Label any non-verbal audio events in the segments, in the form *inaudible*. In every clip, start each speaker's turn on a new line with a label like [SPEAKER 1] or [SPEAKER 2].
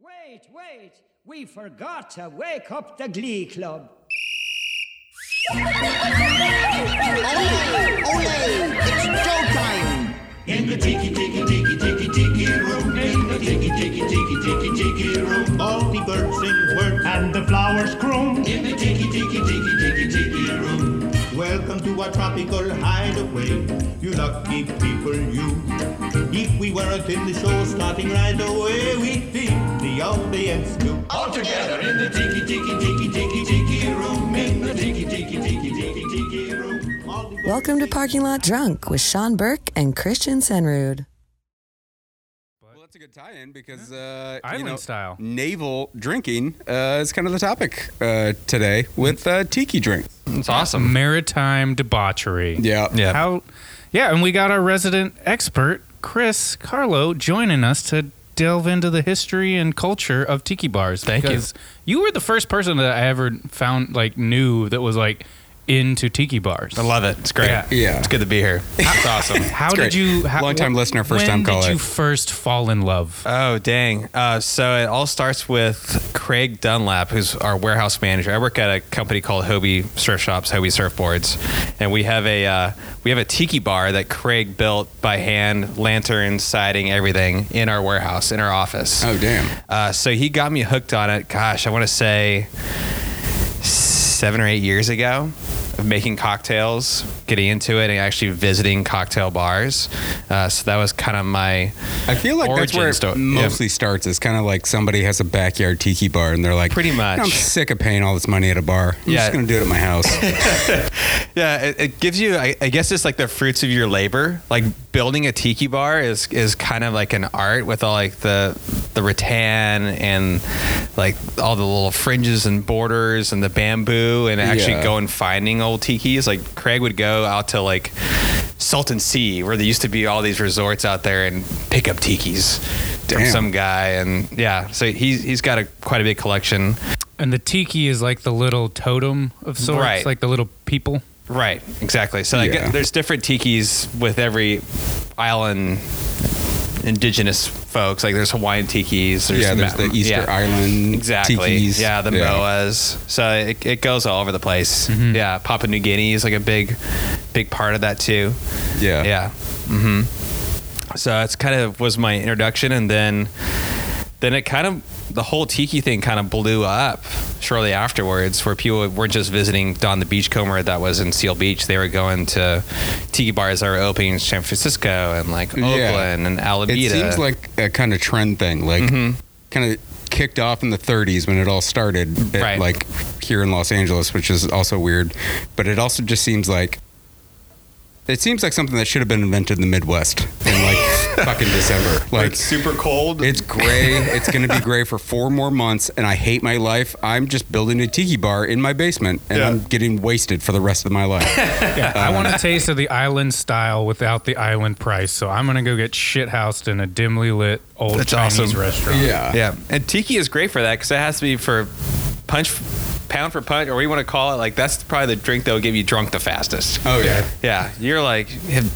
[SPEAKER 1] Wait, wait! We forgot to wake up the Glee Club.
[SPEAKER 2] Ole! Ole! It's go time!
[SPEAKER 3] In the tiki tiki tiki tiki tiki room, in the tiki tiki tiki tiki tiki room, all the birds sing words and the flowers croon. In the tiki tiki tiki tiki tiki room. Welcome to our tropical hideaway, you lucky people, you. If we weren't in the show starting right away, we'd be the audience too. All together in the tiki tiki tiki tiki tiki room, in the tiki tiki tiki tiki tiki room. All the birds
[SPEAKER 4] Welcome to Parking Lot Drunk with Sean Burke and Christian Senrude.
[SPEAKER 5] Well, that's a good tie-in because uh, you
[SPEAKER 6] Island
[SPEAKER 5] know,
[SPEAKER 6] style.
[SPEAKER 5] naval drinking uh, is kind of the topic uh, today with uh, tiki drink.
[SPEAKER 7] It's awesome.
[SPEAKER 6] Maritime debauchery.
[SPEAKER 5] Yeah,
[SPEAKER 7] Yeah.
[SPEAKER 6] How? Yeah, and we got our resident expert Chris Carlo joining us to delve into the history and culture of tiki bars.
[SPEAKER 7] Thank you.
[SPEAKER 6] because you. were the first person that I ever found like knew that was like into tiki bars.
[SPEAKER 7] I love it. It's great.
[SPEAKER 6] Yeah.
[SPEAKER 5] Yeah.
[SPEAKER 7] It's good to be here. It's awesome. *laughs*
[SPEAKER 6] How
[SPEAKER 5] great.
[SPEAKER 6] did you? How,
[SPEAKER 5] Long-time
[SPEAKER 6] wh-
[SPEAKER 5] listener, first time
[SPEAKER 6] when
[SPEAKER 5] caller.
[SPEAKER 6] Did you first fall in love?
[SPEAKER 7] Oh, dang. Uh, so it all starts with Craig Dunlap, who's our warehouse manager. I work at a company called Hobie Surf Shops, Hobie Surfboards, and we have a uh, we have a tiki bar that Craig built by hand, lanterns, siding, everything in our warehouse, in our office.
[SPEAKER 5] Oh damn!
[SPEAKER 7] Uh, so he got me hooked on it. Gosh, I want to say seven or eight years ago of making cocktails, getting into it, and actually visiting cocktail bars. Uh, so that was kind of my.
[SPEAKER 5] I feel like that's
[SPEAKER 7] origin
[SPEAKER 5] where it
[SPEAKER 7] sto-
[SPEAKER 5] mostly starts. It's kind of like somebody has a backyard tiki bar and they're like,
[SPEAKER 7] Pretty
[SPEAKER 5] "You know, I'm
[SPEAKER 7] much.
[SPEAKER 5] sick of paying all this money at a bar. I'm
[SPEAKER 7] Yeah.
[SPEAKER 5] just gonna do it at my house.
[SPEAKER 7] Yeah, it, it gives you. I, I guess it's like the fruits of your labor. Like building a tiki bar is is kind of like an art with all like the the rattan and like all the little fringes and borders and the bamboo and actually
[SPEAKER 5] Yeah.
[SPEAKER 7] go and finding old tikis. Like Craig would go out to like Salton Sea where there used to be all these resorts out there and pick up tikis from
[SPEAKER 5] Damn.
[SPEAKER 7] some guy and yeah. So he's he's got a quite a big collection.
[SPEAKER 6] And the tiki is like the little totem of sorts,
[SPEAKER 7] Right.
[SPEAKER 6] like the little people.
[SPEAKER 7] Right, exactly. So like,
[SPEAKER 5] Yeah.
[SPEAKER 7] there's different tikis with every island indigenous folks. Like there's Hawaiian tikis. There's
[SPEAKER 5] yeah, there's
[SPEAKER 7] Ma-
[SPEAKER 5] the Easter
[SPEAKER 7] yeah.
[SPEAKER 5] Island
[SPEAKER 7] Exactly.
[SPEAKER 5] tikis.
[SPEAKER 7] Yeah, the moas. So it, it goes all over the place.
[SPEAKER 5] Mm-hmm.
[SPEAKER 7] Yeah, Papua New Guinea is like a big, big part of that too.
[SPEAKER 5] Yeah.
[SPEAKER 7] Yeah. hmm So it's kind of was my introduction, and then then it kind of the whole tiki thing kind of blew up shortly afterwards, where people weren't just visiting Don the Beachcomber that was in Seal Beach; they were going to tiki bars that were opening in San Francisco and like
[SPEAKER 5] Yeah.
[SPEAKER 7] Oakland and
[SPEAKER 5] It
[SPEAKER 7] Alameda.
[SPEAKER 5] seems like a kind of trend thing, like
[SPEAKER 7] Mm-hmm.
[SPEAKER 5] kind of kicked off in the 30s when it all started, at,
[SPEAKER 7] Right.
[SPEAKER 5] like here in Los Angeles, which is also weird. But it also just seems like it seems like something that should have been invented in the Midwest in
[SPEAKER 7] *laughs*
[SPEAKER 5] like fucking December. Like
[SPEAKER 7] super cold.
[SPEAKER 5] it's gray. It's going to be gray for four more months, and I hate my life. I'm just building a tiki bar in my basement, and
[SPEAKER 7] Yeah.
[SPEAKER 5] I'm getting wasted for the rest of my
[SPEAKER 7] *laughs*
[SPEAKER 5] life. Uh,
[SPEAKER 6] Yeah, I want a taste of the island style without the island price, so I'm gonna go get shithoused in a dimly lit old
[SPEAKER 7] That's
[SPEAKER 6] Chinese
[SPEAKER 7] awesome.
[SPEAKER 6] restaurant.
[SPEAKER 7] Yeah, and tiki is great for that because it has to be for punch, pound for punch, or what you want to call it. Like that's probably the drink that will get you drunk the fastest.
[SPEAKER 5] Oh yeah.
[SPEAKER 7] Yeah, you're like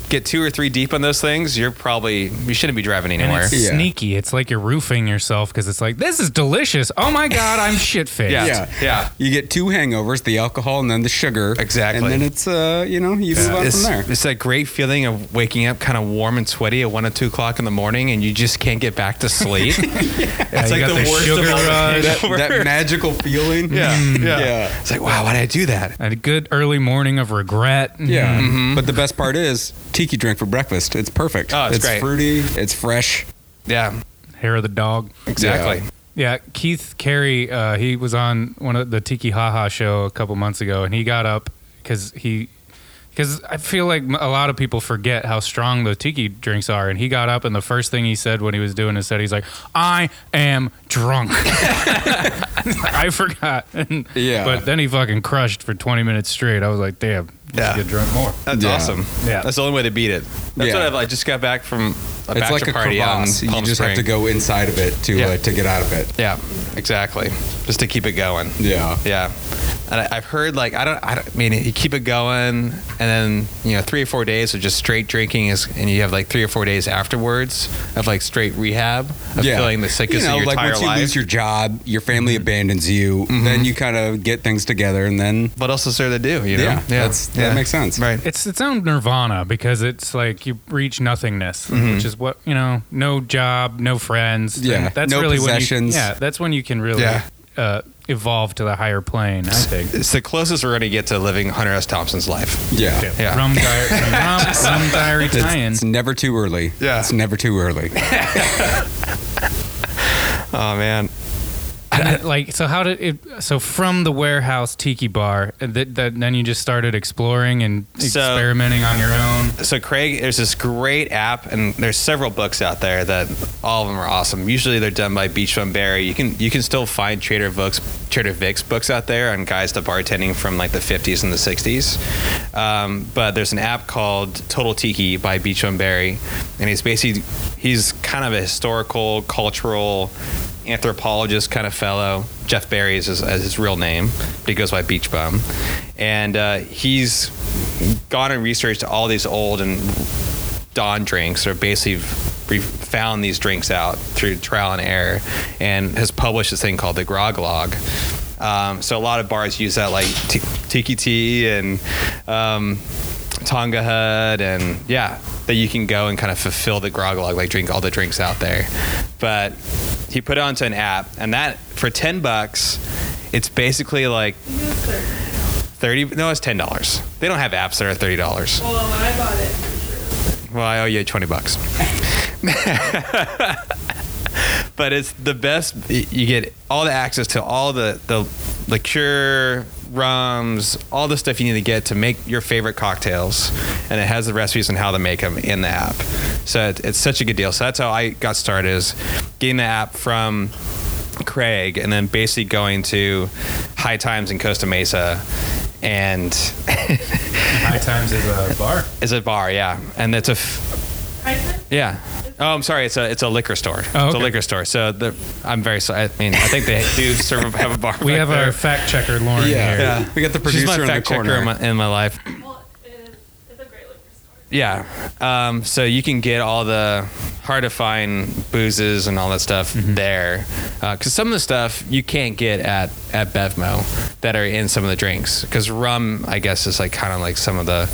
[SPEAKER 7] get two or three deep on those things. You're probably you shouldn't be driving
[SPEAKER 6] And
[SPEAKER 7] anywhere.
[SPEAKER 6] it's
[SPEAKER 5] Yeah.
[SPEAKER 6] sneaky. It's like you're roofing yourself because it's like this is delicious. Oh my god, I'm shit faced.
[SPEAKER 7] Yeah,
[SPEAKER 5] Yeah.
[SPEAKER 7] yeah,
[SPEAKER 5] You get two hangovers: the alcohol and then the sugar.
[SPEAKER 7] Exactly.
[SPEAKER 5] And then it's uh, you know, you move on from
[SPEAKER 7] It's,
[SPEAKER 5] there.
[SPEAKER 7] it's that great feeling of waking up kind of warm and sweaty at one or two o'clock in the morning, and you just can't get back
[SPEAKER 5] *laughs*
[SPEAKER 7] to sleep. It's
[SPEAKER 6] you
[SPEAKER 7] like
[SPEAKER 6] got
[SPEAKER 7] the
[SPEAKER 6] the
[SPEAKER 7] worst
[SPEAKER 6] sugar
[SPEAKER 7] of all
[SPEAKER 6] rush. Mm.
[SPEAKER 7] the
[SPEAKER 5] That, that
[SPEAKER 7] hangovers.
[SPEAKER 5] magical feeling.
[SPEAKER 7] Yeah, yeah,
[SPEAKER 5] Yeah.
[SPEAKER 7] It's like wow, why did I do that?
[SPEAKER 6] A good early morning of regret.
[SPEAKER 5] Yeah.
[SPEAKER 7] Mm-hmm.
[SPEAKER 5] Mm-hmm. But the best part is tiki drink for breakfast. It's perfect.
[SPEAKER 7] Oh, it's
[SPEAKER 5] it's
[SPEAKER 7] great.
[SPEAKER 5] fruity. It's fresh.
[SPEAKER 7] Yeah,
[SPEAKER 6] Hair of the dog.
[SPEAKER 7] exactly.
[SPEAKER 6] Yeah, Keith Carey, uh, he was on one of the Tiki Haha show a couple months ago, and he got up because he, because I feel like m- a lot of people forget how strong the tiki drinks are, and he got up and the first thing he said when he was doing it said he's like, "I am drunk." *laughs* I forgot. *laughs* And-
[SPEAKER 5] Yeah.
[SPEAKER 6] But then he fucking crushed for 20 minutes straight. I was like, "Damn,
[SPEAKER 7] Yeah.
[SPEAKER 6] yeah. get drunk more."
[SPEAKER 7] That's
[SPEAKER 5] Yeah.
[SPEAKER 7] awesome.
[SPEAKER 6] Yeah.
[SPEAKER 7] That's the only way to beat it. That's
[SPEAKER 5] Yeah.
[SPEAKER 7] what I've, I just got back from a
[SPEAKER 5] it's
[SPEAKER 7] bachelor
[SPEAKER 5] like a
[SPEAKER 7] party out
[SPEAKER 5] crevasse.
[SPEAKER 7] in
[SPEAKER 5] You
[SPEAKER 7] Palm
[SPEAKER 5] just have to
[SPEAKER 7] Spring.
[SPEAKER 5] go inside of it to
[SPEAKER 7] Yeah.
[SPEAKER 5] uh, to get out of it.
[SPEAKER 7] Yeah, exactly. Just to keep it going.
[SPEAKER 5] Yeah.
[SPEAKER 7] Yeah. And I, I've heard like I don't I don't I mean you keep it going, and then you know three or four days of just straight drinking is, and you have like three or four days afterwards of like straight rehab of feeling the sickest
[SPEAKER 5] you know,
[SPEAKER 7] of your
[SPEAKER 5] like
[SPEAKER 7] entire
[SPEAKER 5] once you
[SPEAKER 7] life. Mm-hmm.
[SPEAKER 5] lose your job, your family abandons you, then you kind of get things together, and then
[SPEAKER 7] what else is there to do? You know?
[SPEAKER 5] Yeah, that's- that makes sense.
[SPEAKER 7] Right.
[SPEAKER 6] It's its own nirvana because it's like you reach nothingness, which is what you know. No job, no friends.
[SPEAKER 5] Mm-hmm. Yeah,
[SPEAKER 6] And that's
[SPEAKER 5] no
[SPEAKER 6] really
[SPEAKER 5] possessions.
[SPEAKER 6] When you, yeah, that's when you can really
[SPEAKER 7] Yeah.
[SPEAKER 6] uh, evolve to the higher plane. I think.
[SPEAKER 7] It's the closest we're going to get to living Hunter S. Thompson's life.
[SPEAKER 5] yeah,
[SPEAKER 7] Yeah.
[SPEAKER 5] *laughs*
[SPEAKER 6] Rum, diary, rum, rum diary tie-in.
[SPEAKER 5] It's never too early.
[SPEAKER 7] Yeah.
[SPEAKER 5] it's never too early.
[SPEAKER 7] Oh man.
[SPEAKER 6] And it, like so how did it so from the warehouse tiki bar and that that then you just started exploring and
[SPEAKER 7] So-
[SPEAKER 6] experimenting on your own
[SPEAKER 7] So Craig, there's this great app, and there's several books out there that all of them are awesome. Usually they're done by Beach Bum Barry. You can you can still find Trader Vic's Trader Vic's books out there on guys to bartending from like the 50s and the 60s. Um, but there's an app called Total Tiki by Beach Bum Barry, and he's basically he's kind of a historical, cultural anthropologist kind of fellow. Jeff Barry is his, is his real name, but he goes by Beach Bum. And uh, he's gone and researched all these old and Don drinks, or basically re- found these drinks out through trial and error, and has published this thing called the Grog Log. Um, so a lot of bars use that, like t- Tiki Tea and um, Tonga Hut, and yeah, that you can go and kind of fulfill the Grog Log, like drink all the drinks out there. But he put it onto an app, and that for ten bucks, it's basically like. 30 no it's $10 they don't have apps that are $30
[SPEAKER 8] Well, when I bought it,
[SPEAKER 7] well, I owe you 20 bucks. but it's the best. You get all the access to all the, the liqueur, rums, all the stuff you need to get to make your favorite cocktails. And it has the recipes and how to make them in the app. So it, it's such a good deal. So that's how I got started is getting the app from Craig and then basically going to High Times in Costa Mesa and
[SPEAKER 6] high times is
[SPEAKER 7] *laughs*
[SPEAKER 6] a bar
[SPEAKER 7] is a bar, yeah. And it's a... F-
[SPEAKER 8] I said,
[SPEAKER 7] yeah. Oh, I'm sorry. It's a it's a liquor
[SPEAKER 6] Oh,
[SPEAKER 7] store. It's a
[SPEAKER 6] okay.
[SPEAKER 7] liquor store. So the, I'm very sorry. I mean, I think they do serve have a bar.
[SPEAKER 6] we
[SPEAKER 7] back
[SPEAKER 6] have
[SPEAKER 7] there.
[SPEAKER 6] our fact checker lauren here
[SPEAKER 7] Yeah.
[SPEAKER 5] we got the
[SPEAKER 7] She's my
[SPEAKER 5] producer in the
[SPEAKER 7] fact checker
[SPEAKER 5] corner.
[SPEAKER 7] in my, in my life.
[SPEAKER 8] well, it is, it's a great liquor store.
[SPEAKER 7] Yeah. Um, so you can get all the hard to find boozes and all that stuff
[SPEAKER 5] Mm-hmm.
[SPEAKER 7] there. Because some of the stuff you can't get at, at Bevmo that are in some of the drinks. Because rum, I guess, is like kind of like some of the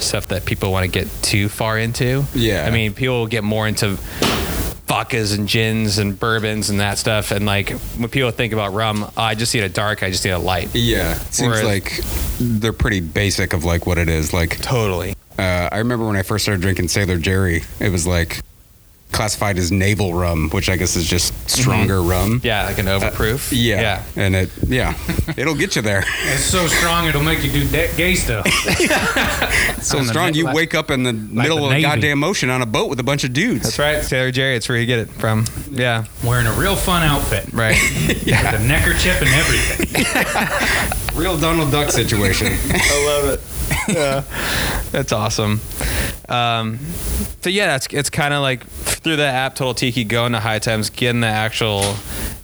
[SPEAKER 7] stuff that people want to get too far into.
[SPEAKER 5] Yeah.
[SPEAKER 7] I mean, people will get more into vodkas and gins and bourbons and that stuff. And like when people think about rum, "Oh, I just need a dark, I just need a light.
[SPEAKER 5] Yeah, it seems
[SPEAKER 7] Whereas-
[SPEAKER 5] like they're pretty basic of like what it is. Like
[SPEAKER 7] Totally.
[SPEAKER 5] uh, I remember when I first started drinking Sailor Jerry, it was like classified as naval rum, which I guess is just stronger rum.
[SPEAKER 7] Yeah, like an overproof.
[SPEAKER 5] Uh, Yeah.
[SPEAKER 7] Yeah.
[SPEAKER 5] and it yeah, it'll get you there.
[SPEAKER 6] it's so strong it'll make you do da- gay stuff
[SPEAKER 5] *laughs* So
[SPEAKER 6] On the
[SPEAKER 5] strong,
[SPEAKER 6] net-
[SPEAKER 5] you
[SPEAKER 6] like-
[SPEAKER 5] wake up in the middle
[SPEAKER 6] the
[SPEAKER 5] of the
[SPEAKER 6] Navy.
[SPEAKER 5] goddamn ocean on a boat with a bunch of dudes.
[SPEAKER 7] That's right, Sailor Jerry. It's where you get it from. Yeah,
[SPEAKER 6] wearing a real fun
[SPEAKER 5] *laughs*
[SPEAKER 6] outfit
[SPEAKER 7] right.
[SPEAKER 6] with a neckerchief and everything
[SPEAKER 5] Real Donald Duck situation.
[SPEAKER 7] I love it. that's awesome. Um, so yeah, it's it's kind of like through the app Total Tiki, going to High Times, getting the actual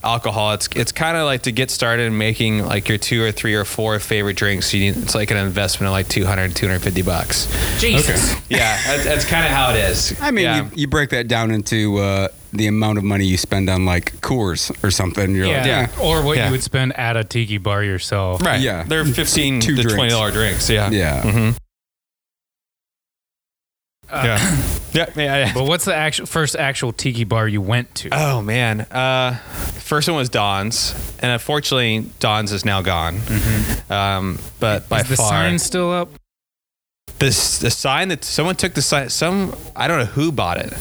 [SPEAKER 7] alcohol. It's it's kind of like to get started in making like your two or three or four favorite drinks. You need it's like an investment of like 200, 250 bucks.
[SPEAKER 6] *laughs* jesus
[SPEAKER 5] *laughs*
[SPEAKER 7] Yeah, that's, that's kind of how it is.
[SPEAKER 5] I mean,
[SPEAKER 7] yeah.
[SPEAKER 5] you, you break that down into uh, the amount of money you spend on like Coors or something. You're
[SPEAKER 6] Yeah.
[SPEAKER 5] like, yeah,
[SPEAKER 6] or what
[SPEAKER 7] Yeah.
[SPEAKER 6] you would spend at a tiki bar yourself
[SPEAKER 7] right?
[SPEAKER 5] yeah.
[SPEAKER 7] they're fifteen
[SPEAKER 5] Two
[SPEAKER 7] to
[SPEAKER 5] drinks.
[SPEAKER 7] twenty dollar drinks. Yeah,
[SPEAKER 5] yeah.
[SPEAKER 7] Mm-hmm.
[SPEAKER 5] *laughs*
[SPEAKER 7] yeah, yeah, yeah. yeah.
[SPEAKER 6] but what's the actual first actual tiki bar you went to
[SPEAKER 7] Oh man, uh, first one was Don's, and unfortunately, Don's is now gone. Um, but by
[SPEAKER 6] Mm-hmm. is the
[SPEAKER 7] far,
[SPEAKER 6] sign still up
[SPEAKER 7] the, s- the sign that someone took the sign, some I don't know who bought it,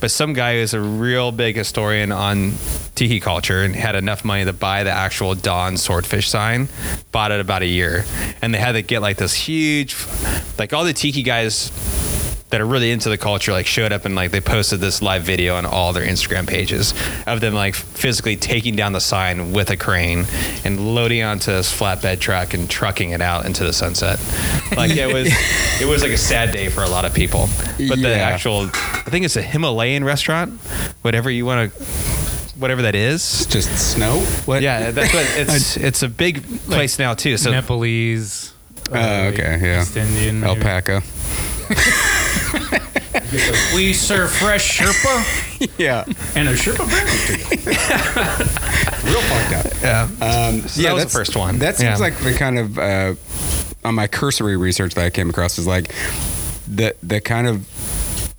[SPEAKER 7] but some guy who's a real big historian on tiki culture and had enough money to buy the actual Don swordfish sign, bought it about a year, and they had to get like this huge, like all the tiki guys that are really into the culture like showed up and like they posted this live video on all their Instagram pages of them like physically taking down the sign with a crane and loading onto this flatbed truck and trucking it out into the sunset. Like it was it was like a sad day for a lot of people. But the
[SPEAKER 5] Yeah.
[SPEAKER 7] actual I think it's a Himalayan restaurant, whatever you want to whatever that is.
[SPEAKER 5] It's just snow. What?
[SPEAKER 7] Yeah,
[SPEAKER 5] *laughs*
[SPEAKER 7] that's what it's. it's a big place now too. So
[SPEAKER 6] Nepalese. uh,
[SPEAKER 5] Oh, okay. Yeah.
[SPEAKER 6] East Indian. maybe.
[SPEAKER 7] *laughs*
[SPEAKER 5] Alpaca.
[SPEAKER 6] We serve fresh Sherpa
[SPEAKER 5] Yeah.
[SPEAKER 6] and a Sherpa brand.
[SPEAKER 5] Real fucked up.
[SPEAKER 7] yeah,
[SPEAKER 5] Um,
[SPEAKER 7] So that was the
[SPEAKER 5] that's-
[SPEAKER 7] first one.
[SPEAKER 5] That seems
[SPEAKER 7] Yeah.
[SPEAKER 5] like the kind of uh, on my cursory research that I came across is like the the kind of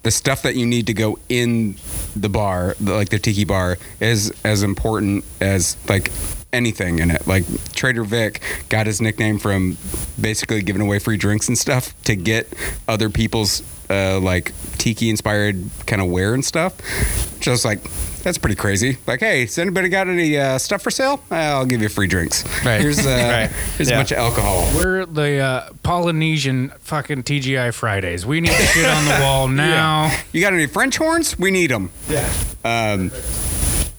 [SPEAKER 5] the stuff that you need to go in the bar, the- like the tiki bar, is as important as like anything in it. Like Trader Vic got his nickname from basically giving away free drinks and stuff to get other people's uh, like tiki inspired kind of wear and stuff. Just like that's pretty crazy. Like, hey, has anybody got any uh, stuff for sale? I'll give you free drinks.
[SPEAKER 7] Right.
[SPEAKER 5] Here's uh,
[SPEAKER 7] *laughs* Right.
[SPEAKER 5] here's
[SPEAKER 7] Yeah.
[SPEAKER 5] a bunch of alcohol.
[SPEAKER 6] We're the uh, Polynesian fucking TGI Fridays. We need the shit on the *laughs* wall now.
[SPEAKER 5] You got any French horns? We need them. Yeah. Um,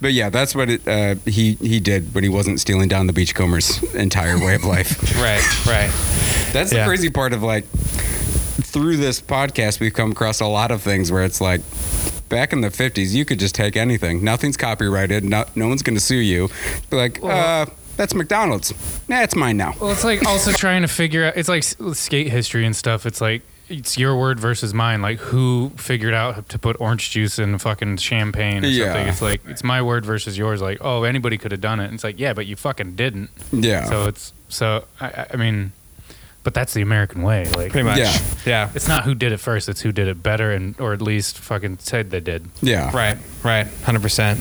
[SPEAKER 5] but yeah, that's what it, uh, he he did when he wasn't stealing down the beachcomber's entire way of life.
[SPEAKER 7] *laughs* right, right.
[SPEAKER 5] That's
[SPEAKER 7] Yeah.
[SPEAKER 5] the crazy part of like through this podcast, we've come across a lot of things where it's like back in the fifties, you could just take anything. Nothing's copyrighted. No, no one's going to sue you. Be like, uh, that's McDonald's. Nah, it's mine now.
[SPEAKER 6] Well, it's like also trying to figure out. It's like s- skate history and stuff. It's like it's your word versus mine. Like who figured out to put orange juice in fucking champagne or
[SPEAKER 5] Yeah.
[SPEAKER 6] something? It's like it's my word versus yours. Like oh, anybody could have done it. And it's like yeah, but you fucking didn't.
[SPEAKER 5] Yeah.
[SPEAKER 6] So it's so I- I, I mean, but that's the American way. Like
[SPEAKER 7] Pretty much.
[SPEAKER 5] Yeah.
[SPEAKER 7] yeah.
[SPEAKER 6] it's not who did it first. It's who did it better and or at least fucking said they did.
[SPEAKER 5] yeah.
[SPEAKER 7] Right, right, hundred percent.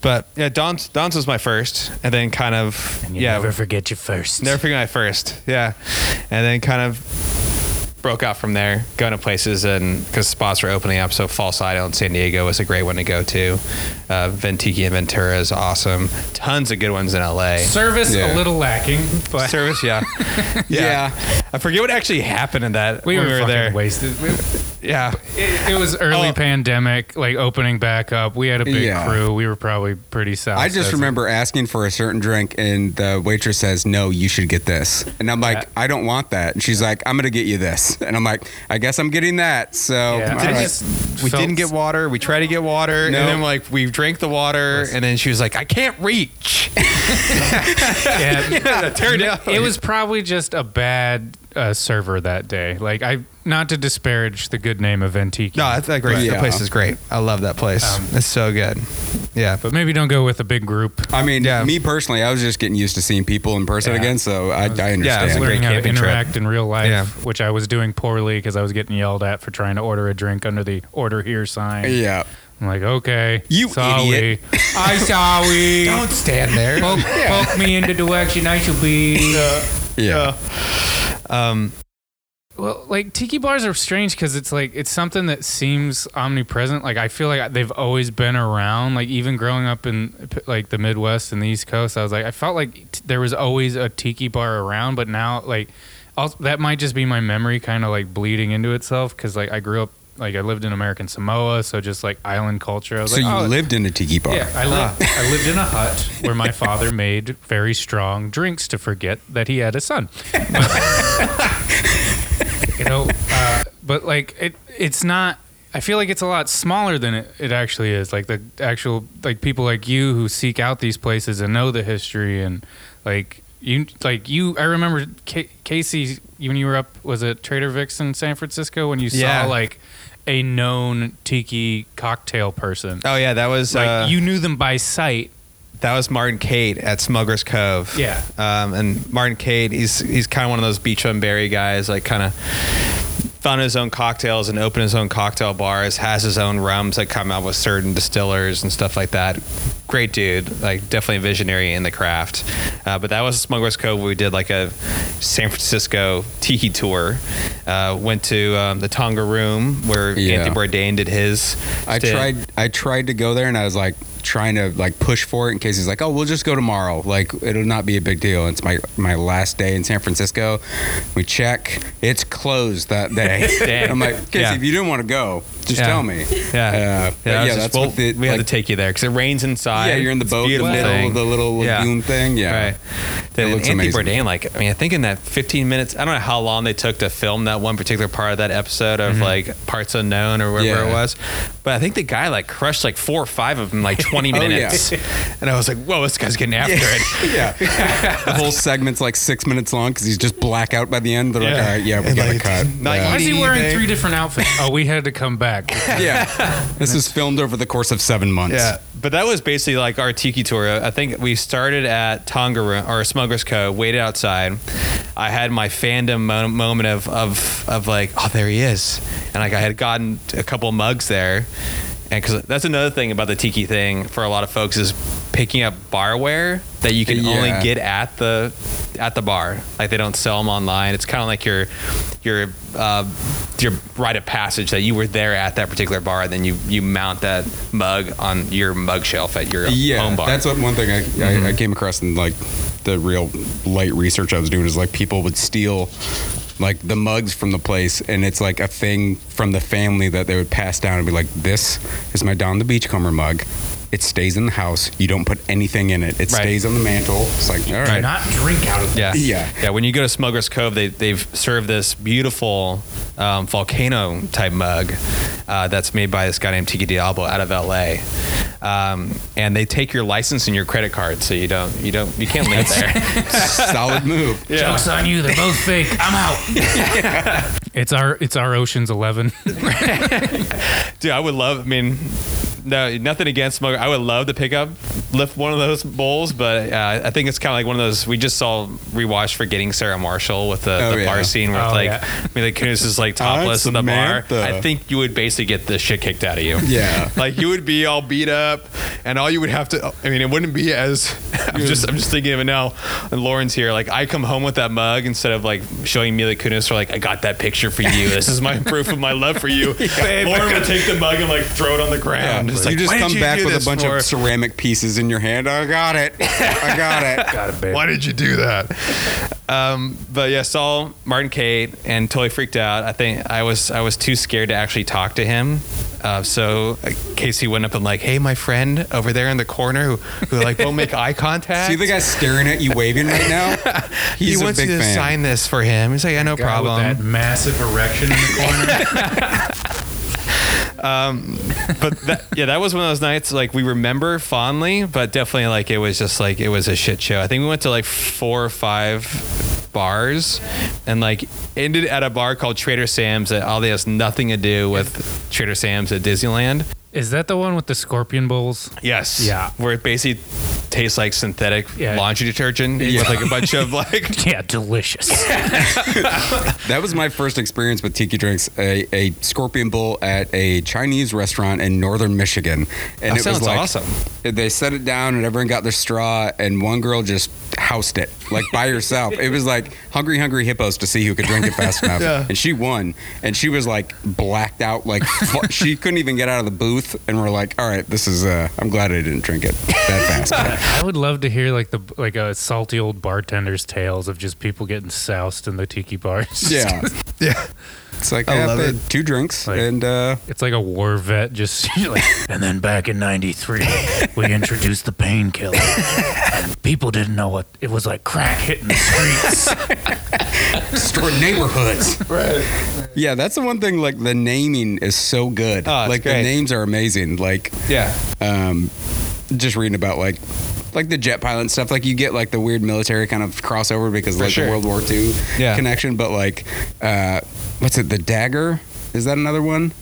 [SPEAKER 7] But yeah, Don's Don's was my first, and then kind of
[SPEAKER 6] And you
[SPEAKER 7] yeah,
[SPEAKER 6] never
[SPEAKER 7] never,
[SPEAKER 6] forget your first.
[SPEAKER 7] forget my first, yeah, and then kind of broke out from there, going to places and because spots were opening up. So False Idol in San Diego was a great one to go to. Uh, Ventiki and Ventura is awesome. Tons of good ones in LA.
[SPEAKER 6] Service
[SPEAKER 5] Yeah.
[SPEAKER 6] a little lacking, but
[SPEAKER 7] *laughs*
[SPEAKER 6] *laughs*
[SPEAKER 7] Service, yeah.
[SPEAKER 5] Yeah.
[SPEAKER 7] I forget what actually happened in that.
[SPEAKER 6] we were,
[SPEAKER 7] when
[SPEAKER 6] fucking
[SPEAKER 7] there.
[SPEAKER 6] wasted. We-
[SPEAKER 7] Yeah,
[SPEAKER 6] It, it was early
[SPEAKER 7] Oh.
[SPEAKER 6] pandemic, like opening back up. We had a big
[SPEAKER 5] Yeah.
[SPEAKER 6] crew. We were probably pretty sound.
[SPEAKER 5] I just
[SPEAKER 6] sets.
[SPEAKER 5] remember asking for a certain drink, and the waitress says, "No, you should get this." And I'm like, "I don't want that." And she's like, "I'm gonna get you this." And I'm like, "I guess I'm getting that." So
[SPEAKER 6] Yeah.
[SPEAKER 5] all
[SPEAKER 6] Did
[SPEAKER 7] Did
[SPEAKER 5] right.
[SPEAKER 7] it
[SPEAKER 6] Alright.
[SPEAKER 7] just- we
[SPEAKER 6] Felt-
[SPEAKER 7] didn't get water. We tried to get water,
[SPEAKER 5] No.
[SPEAKER 7] and then like we drank the water, and then she was like, "I can't reach."
[SPEAKER 5] *laughs*
[SPEAKER 6] *laughs* Yeah.
[SPEAKER 7] *laughs* Turned out-
[SPEAKER 6] It was probably just a bad uh, server that day. Like I, not to disparage the good name of Antique,
[SPEAKER 7] no, that's that great.
[SPEAKER 5] Yeah.
[SPEAKER 7] The place is great. I love that place.
[SPEAKER 6] Um,
[SPEAKER 7] it's so good. Yeah,
[SPEAKER 6] but maybe don't go with a big group.
[SPEAKER 5] I mean,
[SPEAKER 7] Yeah.
[SPEAKER 5] me personally, I was just getting used to seeing people in person
[SPEAKER 6] Yeah.
[SPEAKER 5] again, so I, I understand.
[SPEAKER 7] yeah, it was weird.
[SPEAKER 6] Learning how to
[SPEAKER 7] camping trip.
[SPEAKER 6] interact in real life,
[SPEAKER 7] Yeah.
[SPEAKER 6] which I was doing poorly because I was getting yelled at for trying to order a drink under the order here sign.
[SPEAKER 5] Yeah.
[SPEAKER 6] I'm like, okay,
[SPEAKER 5] You idiot.
[SPEAKER 6] we. *laughs* I saw we.
[SPEAKER 7] don't stand there.
[SPEAKER 5] *laughs*
[SPEAKER 6] poke, poke me in the direction I should be.
[SPEAKER 5] Yeah.
[SPEAKER 6] Well, like tiki bars are strange because it's like it's something that seems omnipresent. Like I feel like they've always been around. Like even growing up in like the Midwest and the East Coast, I was like I felt like t- there was always a tiki bar around. But now, like also, that might just be my memory kind of like bleeding into itself because like I grew up like I lived in American Samoa, so just like island culture. I was
[SPEAKER 5] So
[SPEAKER 6] like,
[SPEAKER 5] you
[SPEAKER 6] "Oh,
[SPEAKER 5] lived in a tiki bar.
[SPEAKER 6] yeah, I lived, I lived in a hut where my father made very strong drinks to forget that he had a son. *laughs* you know, uh, but like it, it's not. I feel like it's a lot smaller than it, it actually is. Like the actual like people like you who seek out these places and know the history and like you like you. I remember Ca Casey when you were up was it Trader Vic's in San Francisco when you
[SPEAKER 7] Yeah.
[SPEAKER 6] saw like a known tiki cocktail person.
[SPEAKER 7] Oh yeah, that was
[SPEAKER 6] Like
[SPEAKER 7] uh,
[SPEAKER 6] you knew them by sight.
[SPEAKER 7] That was Martin Cade at Smuggler's Cove.
[SPEAKER 6] Yeah.
[SPEAKER 7] Um, and Martin Cade, he's he's kind of one of those beach and berry guys, like kind of found his own cocktails and opened his own cocktail bars, has his own rums that come out with certain distillers and stuff like that. Great dude, like definitely a visionary in the craft. Uh, but that was Smuggler's Cove. We did like a San Francisco tiki tour. Uh, went to um, the Tonga Room where
[SPEAKER 5] Yeah.
[SPEAKER 7] Anthony Bourdain did his.
[SPEAKER 5] I
[SPEAKER 7] stint.
[SPEAKER 5] tried. I tried to go there, and I was like trying to like push for it in case he's like, "Oh, we'll just go tomorrow. Like it'll not be a big deal." it's my my last day in San Francisco. We check. It's closed that day.
[SPEAKER 7] *laughs* Damn.
[SPEAKER 5] I'm like, Casey,
[SPEAKER 7] Yeah.
[SPEAKER 5] if you didn't want to go, just
[SPEAKER 7] Yeah.
[SPEAKER 5] tell me.
[SPEAKER 7] Yeah,
[SPEAKER 5] Uh, but
[SPEAKER 7] I
[SPEAKER 5] yeah,
[SPEAKER 7] was just-
[SPEAKER 5] that's
[SPEAKER 7] well,
[SPEAKER 5] what the,
[SPEAKER 7] we had
[SPEAKER 5] like-
[SPEAKER 7] to take you there because it rains inside.
[SPEAKER 5] Yeah, you're in the
[SPEAKER 7] It's a
[SPEAKER 5] boat in the
[SPEAKER 7] beautiful
[SPEAKER 5] middle
[SPEAKER 7] thing.
[SPEAKER 5] of the little
[SPEAKER 7] Yeah.
[SPEAKER 5] lagoon thing. Yeah.
[SPEAKER 7] Right. That
[SPEAKER 5] It looks
[SPEAKER 7] Anthony
[SPEAKER 5] amazing.
[SPEAKER 7] Bourdain, like, I mean, I think in that 15 minutes, I don't know how long they took to film that one particular part of that episode of like Parts Unknown or whatever
[SPEAKER 5] Mm-hmm. Yeah.
[SPEAKER 7] it was, but I think the guy like crushed like four or five of them in,
[SPEAKER 5] *laughs*
[SPEAKER 7] like 20
[SPEAKER 5] Oh, yeah.
[SPEAKER 7] minutes, and I was like, whoa, this guy's getting
[SPEAKER 5] *laughs*
[SPEAKER 7] after it.
[SPEAKER 5] *laughs* yeah. the whole segment's like six minutes long because he's just blackout by the end. They're like,
[SPEAKER 7] Yeah.
[SPEAKER 5] all right, yeah, we
[SPEAKER 7] And
[SPEAKER 5] gotta
[SPEAKER 7] like,
[SPEAKER 5] cut.
[SPEAKER 7] not
[SPEAKER 5] yeah.
[SPEAKER 6] Why is he wearing
[SPEAKER 7] Anything.
[SPEAKER 6] three different outfits? Oh, we had to come *laughs* back.
[SPEAKER 7] *laughs*
[SPEAKER 5] Yeah. this was filmed over the course of seven months.
[SPEAKER 7] Yeah, but that was basically like our tiki tour. I think we started at Tonga or Smuggler's Cove, waited outside. I had my fandom mo- moment of, of of like, oh, there he is, and like I had gotten a couple mugs there, and because that's another thing about the tiki thing for a lot of folks is picking up barware that you can only
[SPEAKER 5] Yeah.
[SPEAKER 7] get at the at the bar. Like they don't sell them online. It's kind of like your your uh, your rite of passage that you were there at that particular bar, and then you you mount that mug on your mug shelf at your
[SPEAKER 5] yeah,
[SPEAKER 7] home Mm-hmm. bar.
[SPEAKER 5] that's what one thing I, I, I came across in like the real light research I was doing is like people would steal like the mugs from the place, and it's like a thing from the family that they would pass down and be like, "This is my Don the Beachcomber mug. It stays in the house. You don't put anything in it. It
[SPEAKER 7] Right.
[SPEAKER 5] stays on the mantle. It's like all
[SPEAKER 6] Do
[SPEAKER 5] right,
[SPEAKER 6] not drink out of
[SPEAKER 7] yeah.
[SPEAKER 5] Yeah.
[SPEAKER 7] yeah. When you go to Smuggler's Cove, they they've served this beautiful um, volcano type mug uh, that's made by this guy named Tiki Diablo out of L.A. Um, and they take your license and your credit card, so you don't you don't you can't
[SPEAKER 5] *laughs*
[SPEAKER 7] leave there.
[SPEAKER 5] *laughs* solid
[SPEAKER 7] *laughs*
[SPEAKER 5] move."
[SPEAKER 6] Jokes on you. They're both fake. I'm out. It's our it's our Ocean's Eleven.
[SPEAKER 7] Dude, I would love. I mean, no, nothing against smoker. I would love to pick up, lift one of those bowls, but uh, I think it's kind of like one of those we just saw rewatch Forgetting Sarah Marshall with the,
[SPEAKER 5] Oh,
[SPEAKER 7] the
[SPEAKER 5] yeah.
[SPEAKER 7] bar scene with
[SPEAKER 6] Oh,
[SPEAKER 7] like
[SPEAKER 6] yeah.
[SPEAKER 7] Mila Kunis is like topless in the bar.
[SPEAKER 5] Samantha.
[SPEAKER 7] I think you would basically get the shit kicked out of you.
[SPEAKER 5] Yeah.
[SPEAKER 7] like you would be all beat up, and all you would have to. I mean, it wouldn't be as. *laughs* I'm just I'm just thinking of it now. And Lauren's here. Like I come home with that mug instead of like showing Mila Kunis or like I got that picture for you. This
[SPEAKER 5] *laughs*
[SPEAKER 7] is my proof of my love for you. Lauren would take the mug and like throw it on the ground. It's like,
[SPEAKER 5] you just
[SPEAKER 7] "Why did
[SPEAKER 5] come back
[SPEAKER 7] do
[SPEAKER 5] with a
[SPEAKER 7] this
[SPEAKER 5] bunch
[SPEAKER 7] for?"
[SPEAKER 5] of ceramic pieces in your hand. I got it. I got it.
[SPEAKER 7] *laughs*
[SPEAKER 6] Got it,
[SPEAKER 7] Why did you do that? Um, but yeah, saw Martin Kate and totally freaked out. I think I was I was too scared to actually talk to him. Uh, so uh, Casey went up and like, "Hey, my friend over there in the corner who, who like won't
[SPEAKER 5] *laughs*
[SPEAKER 7] make eye contact.
[SPEAKER 5] See the guy staring at you, waving right now. He's
[SPEAKER 7] he
[SPEAKER 5] a
[SPEAKER 7] wants
[SPEAKER 5] big
[SPEAKER 7] you to
[SPEAKER 5] fan.
[SPEAKER 7] sign this for him." He's like, "Yeah, no problem."
[SPEAKER 6] That massive erection in the corner.
[SPEAKER 7] but *laughs* that, yeah, that was one of those nights like we remember fondly, but definitely like it was just like it was a shit show. I think we went to like four or five bars and like ended at a bar called Trader Sam's that all has nothing to do with Trader Sam's at Disneyland.
[SPEAKER 6] *laughs* Is that the one with the scorpion bowls?
[SPEAKER 7] Yes.
[SPEAKER 6] Yeah.
[SPEAKER 7] Where it basically tastes like synthetic
[SPEAKER 6] Yeah.
[SPEAKER 7] laundry detergent with like a bunch of *laughs* like
[SPEAKER 6] Yeah, delicious.
[SPEAKER 5] That was my first experience with tiki drinks. A, a scorpion bowl at a Chinese restaurant in northern Michigan, and
[SPEAKER 7] That
[SPEAKER 5] it
[SPEAKER 7] sounds
[SPEAKER 5] was like
[SPEAKER 7] awesome.
[SPEAKER 5] they set it down, and everyone got their straw, and one girl just housed it like by herself. it was like hungry, hungry hippos to see who could drink it
[SPEAKER 7] *laughs*
[SPEAKER 5] fast enough, and she won. And she was like blacked out, like fu- she couldn't even get out of the booth. And we're like, all right, this is. Uh, I'm glad I didn't drink it that
[SPEAKER 7] *laughs*
[SPEAKER 5] fast.
[SPEAKER 6] *laughs* I would love to hear like the like a salty old bartender's tales of just people getting soused in the tiki bars.
[SPEAKER 5] yeah.
[SPEAKER 7] Yeah.
[SPEAKER 5] It's like
[SPEAKER 7] I
[SPEAKER 5] yeah,
[SPEAKER 7] love
[SPEAKER 5] they-
[SPEAKER 7] it.
[SPEAKER 5] two drinks
[SPEAKER 6] Like-
[SPEAKER 5] and uh,
[SPEAKER 6] It's like a war vet just *laughs* like
[SPEAKER 9] And then back in 93, we introduced the painkiller. And people didn't know what it was like crack hitting the streets.
[SPEAKER 5] destroy neighborhoods.
[SPEAKER 7] Right.
[SPEAKER 5] Yeah, that's the one thing. Like the naming is so good.
[SPEAKER 7] Oh, it's
[SPEAKER 5] like the
[SPEAKER 7] great.
[SPEAKER 5] names are amazing. Like
[SPEAKER 7] Yeah.
[SPEAKER 5] um, just reading about like like the jet pilot and stuff. Like you get like the weird military kind of crossover because like
[SPEAKER 7] sure.
[SPEAKER 5] the World War II
[SPEAKER 7] Yeah.
[SPEAKER 5] connection. But like, uh, what's it? The dagger. Is that another one?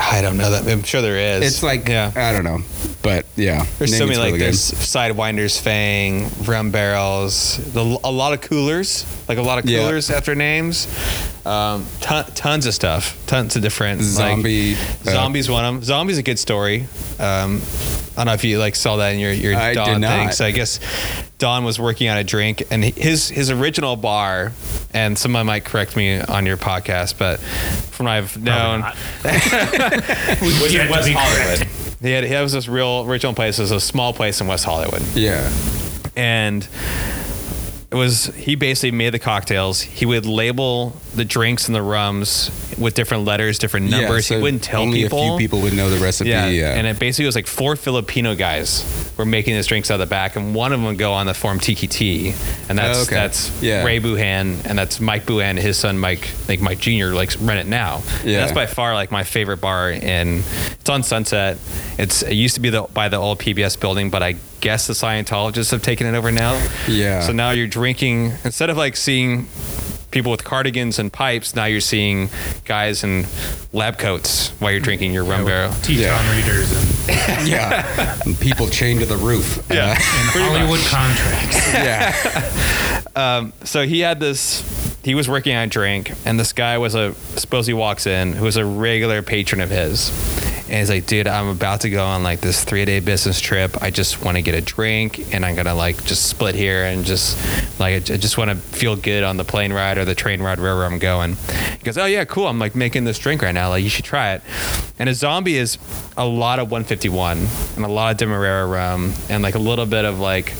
[SPEAKER 7] I don't know that I'm sure there is.
[SPEAKER 5] It's like
[SPEAKER 7] yeah.
[SPEAKER 5] I don't know, but yeah.
[SPEAKER 7] There's so
[SPEAKER 5] naming's
[SPEAKER 7] many like
[SPEAKER 5] really good.
[SPEAKER 7] there's sidewinders, fang, rum barrels, the, a lot of coolers, like a lot of
[SPEAKER 5] Yeah.
[SPEAKER 7] coolers after names, um, ton, tons of stuff, tons of different like-
[SPEAKER 5] Zombie, uh,
[SPEAKER 7] zombies, one of them. Zombies a good story. Um, I don't know if you like saw that in your your
[SPEAKER 5] I did
[SPEAKER 7] Don thing.
[SPEAKER 5] not.
[SPEAKER 7] So I guess Don was working on a drink, and his his original bar, and someone might correct me on your podcast, but from what I've known,
[SPEAKER 6] Oh,
[SPEAKER 7] was
[SPEAKER 9] Yet
[SPEAKER 7] in
[SPEAKER 9] to
[SPEAKER 7] West
[SPEAKER 9] be
[SPEAKER 7] Hollywood. He had, he had this real original place. It was a small place in West Hollywood,
[SPEAKER 5] Yeah.
[SPEAKER 7] and It was he basically made the cocktails. He would label the drinks and the rums with different letters, different numbers.
[SPEAKER 5] so
[SPEAKER 7] he wouldn't tell
[SPEAKER 5] uh, only
[SPEAKER 7] people.
[SPEAKER 5] a few people would know the recipe. uh,
[SPEAKER 7] Yeah.
[SPEAKER 5] Yeah,
[SPEAKER 7] And it basically was like four Filipino guys were making these drinks out of the back, and one of them would go on the form Tiki T. And that's
[SPEAKER 5] Oh, okay.
[SPEAKER 7] that's
[SPEAKER 5] Yeah.
[SPEAKER 7] Ray Buhan, and that's Mike Buhan, and his son Mike, I think Mike Jr. likes rent it now. And
[SPEAKER 5] Yeah.
[SPEAKER 7] that's by far like my favorite bar, and it's on Sunset. It's it used to be the, by the old PBS building, but I guess the Scientologists have taken it over now.
[SPEAKER 5] Yeah.
[SPEAKER 7] So now you're drinking instead of like seeing people with cardigans and pipes. Now you're seeing guys in lab coats while you're drinking your rum barrel.
[SPEAKER 6] Teton
[SPEAKER 5] Yeah.
[SPEAKER 6] readers and,
[SPEAKER 5] *laughs*
[SPEAKER 7] *laughs*
[SPEAKER 5] yeah. And people chained to the roof.
[SPEAKER 7] Yeah.
[SPEAKER 6] and Hollywood contracts.
[SPEAKER 5] Uh, *laughs* yeah.
[SPEAKER 7] so he had this he was working on a drink and this guy was a suppose he walks in who was a regular patron of his and he's like dude i'm about to go on like this three day business trip i just want to get a drink and i'm gonna like just split here and just like i j- I just want to feel good on the plane ride or the train ride wherever i'm going he goes oh yeah cool i'm like making this drink right now like you should try it and a zombie is a lot of 151 and a lot of demerara rum and like a little bit of like